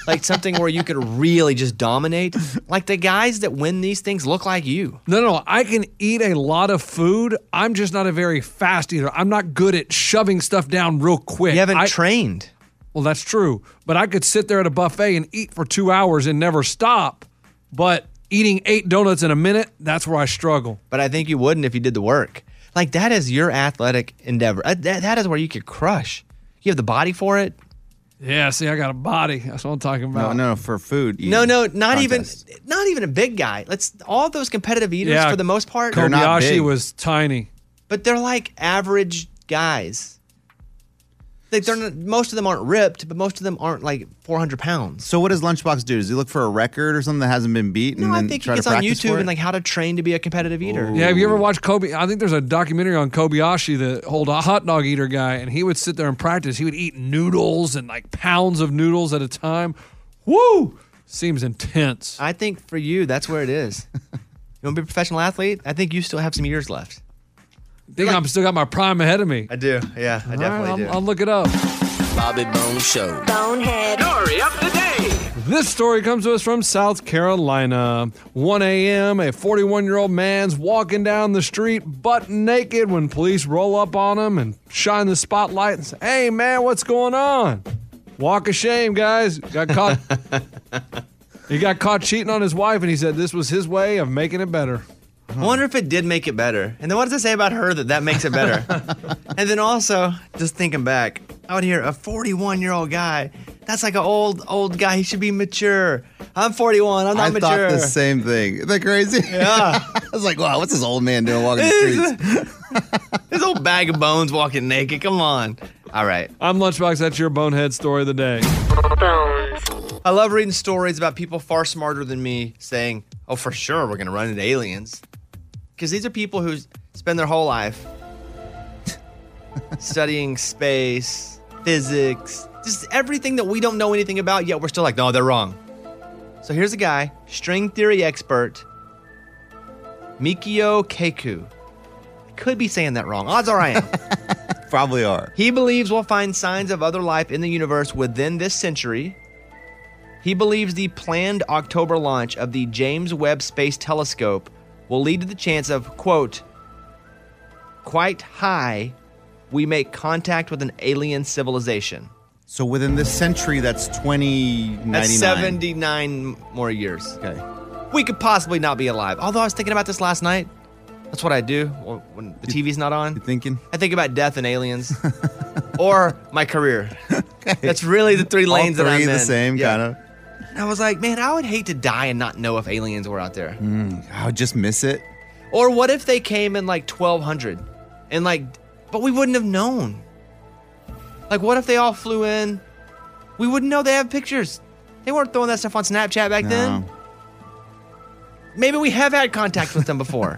S1: like something where you could really just dominate. Like the guys that win these things look like you.
S4: No, no, I can eat a lot of food. I'm just not a very fast eater. I'm not good at shoving stuff down real quick. You haven't
S1: trained.
S4: Well, that's true. But I could sit there at a buffet and eat for two hours and never stop. But eating eight donuts in a minute, that's where I struggle.
S1: But I think you wouldn't if you did the work. Like that is your athletic endeavor. Uh, That, that is where you could crush. You have the body for it.
S4: Yeah, see, I got a body. That's what I'm talking
S2: no,
S4: about.
S2: no, for food.
S1: No, no, not even not even a big guy. Let's all those competitive eaters
S4: Yeah,
S1: for the most part.
S4: Kobayashi was tiny.
S1: but they're like average guys. Like they're not, most of them aren't ripped, but most of them aren't like 400 pounds.
S2: So what does Lunchbox do? Does he look for a record or something that hasn't been beat? And
S1: No,
S2: then
S1: I think he
S2: try
S1: gets
S2: to
S1: on
S2: practice for
S1: YouTube
S2: it?
S1: and like how to train to be a competitive eater.
S4: Yeah, have you ever watched Kobe? I think there's a documentary on Kobayashi, the old hot dog eater guy, and he would sit there and practice. He would eat noodles and like pounds of noodles at a time. Woo! Seems intense.
S1: I think for you, that's where it is. you want to be a professional athlete? I think you still have some years left.
S4: Think I'm still got my prime ahead of me.
S1: I do. Yeah, I definitely
S4: I'll,
S1: do.
S4: I'll look it up.
S10: Bobby Bone Show.
S9: Bonehead.
S10: Story of the day.
S4: This story comes to us from South Carolina. 1 a.m., a 41 year old man's walking down the street butt naked when police roll up on him and shine the spotlight and say, Hey, man, what's going on? Walk of shame, guys. Got caught. he got caught cheating on his wife, and he said this was his way of making it better.
S1: I wonder if it did make it better. And then what does it say about her that that makes it better? and then also, just thinking back, I would hear a 41 year old guy. That's like an old, old guy. He should be mature. I'm 41. I'm not
S2: I
S1: mature.
S2: thought the same thing. Isn't that crazy?
S1: Yeah.
S2: I was like, wow, what's this old man doing walking the streets?
S1: this old bag of bones walking naked. Come on. All right.
S4: I'm Lunchbox. That's your bonehead story of the day.
S1: I love reading stories about people far smarter than me saying, oh, for sure, we're going to run into aliens. Because these are people who spend their whole life studying space, physics, just everything that we don't know anything about, yet we're still like, no, they're wrong. So here's a guy, string theory expert, Mikio Keku. I could be saying that wrong. Odds are I am.
S2: Probably are.
S1: He believes we'll find signs of other life in the universe within this century. He believes the planned October launch of the James Webb Space Telescope will lead to the chance of, quote, quite high, we make contact with an alien civilization.
S2: So within this century, that's 2099.
S1: That's 79 more years.
S2: Okay.
S1: We could possibly not be alive. Although I was thinking about this last night. That's what I do when when the TV's not on. You
S2: thinking?
S1: I think about death and aliens or my career. That's really the three
S2: All
S1: lanes that I'm
S2: three
S1: in.
S2: the same,
S1: Yeah.
S2: kind
S1: And I was like, man, I would hate to die and not know if aliens were out there.
S2: of. Mm, I would just miss it.
S1: Or what if they came in like 1200 and like, but we wouldn't have known. Like, what if they all flew in? We wouldn't know they have pictures. They weren't throwing that stuff on Snapchat back then. Maybe we have had contact with them before.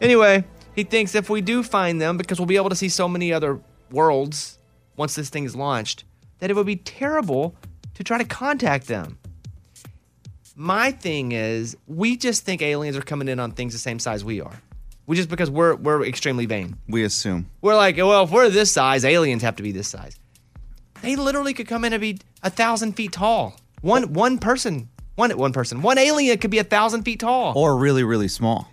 S1: anyway, he thinks if we do find them, because we'll be able to see so many other worlds once this thing is launched, that it would be terrible to try to contact them. My thing is, we just think aliens are coming in on things the same size we are. We just because we're we're extremely vain.
S2: We assume.
S1: We're like, well, if we're this size, aliens have to be this size. They literally could come in and be a thousand feet tall. One one person, one one person, one alien could be a thousand feet tall.
S2: Or really, really small.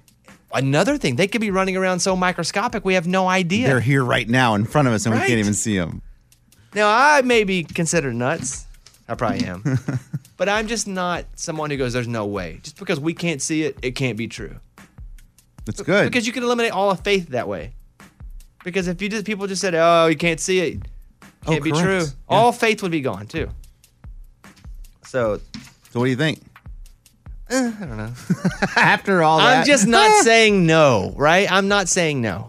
S1: Another thing, they could be running around so microscopic we have no idea.
S2: They're here right now in front of us, and we
S1: Right.
S2: can't even see them.
S1: Now I may be considered nuts. I probably am. but I'm just not someone who goes, there's no way. Just because we can't see it, it can't be true.
S2: That's good.
S1: Because you can eliminate all of faith that way. Because if you just people just said, "Oh, you can't see it,"
S2: Oh,
S1: can't be
S2: correct.
S1: true.
S2: Yeah.
S1: All faith would be gone too. So,
S2: so what do you think?
S1: Eh, I don't know.
S2: After all that,
S1: I'm just not saying no, right? I'm not saying no.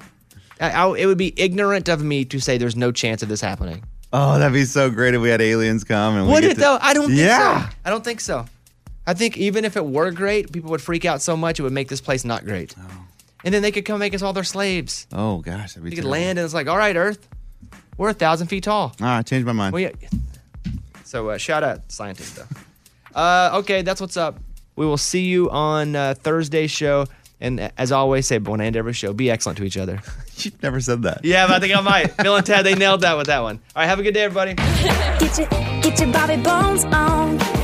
S1: I, I, it would be ignorant of me to say there's no chance of this happening.
S2: Oh, that'd be so great if we had aliens come. And we
S1: Would
S2: get
S1: it
S2: to-
S1: though? I don't think
S2: yeah.
S1: so. I don't think so. I think even if it were great, people would freak out so much it would make this place not great. And then they could come make us all their slaves.
S2: Oh gosh, that'd be
S1: They could
S2: terrible.
S1: land and it's like, all right, Earth, we're a thousand feet tall.
S2: All right, Ah, changed my mind.
S1: Well, yeah. So uh, shout out scientists though. uh, okay, that's what's up. We will see you on uh, Thursday's show. And uh, as always, say bon and every show. Be excellent to each other.
S2: You've never said that.
S1: yeah, but I think I might. Bill and Ted, they nailed that with that one. All right, have a good day, everybody.
S8: Get your, get your Bobby Bones on.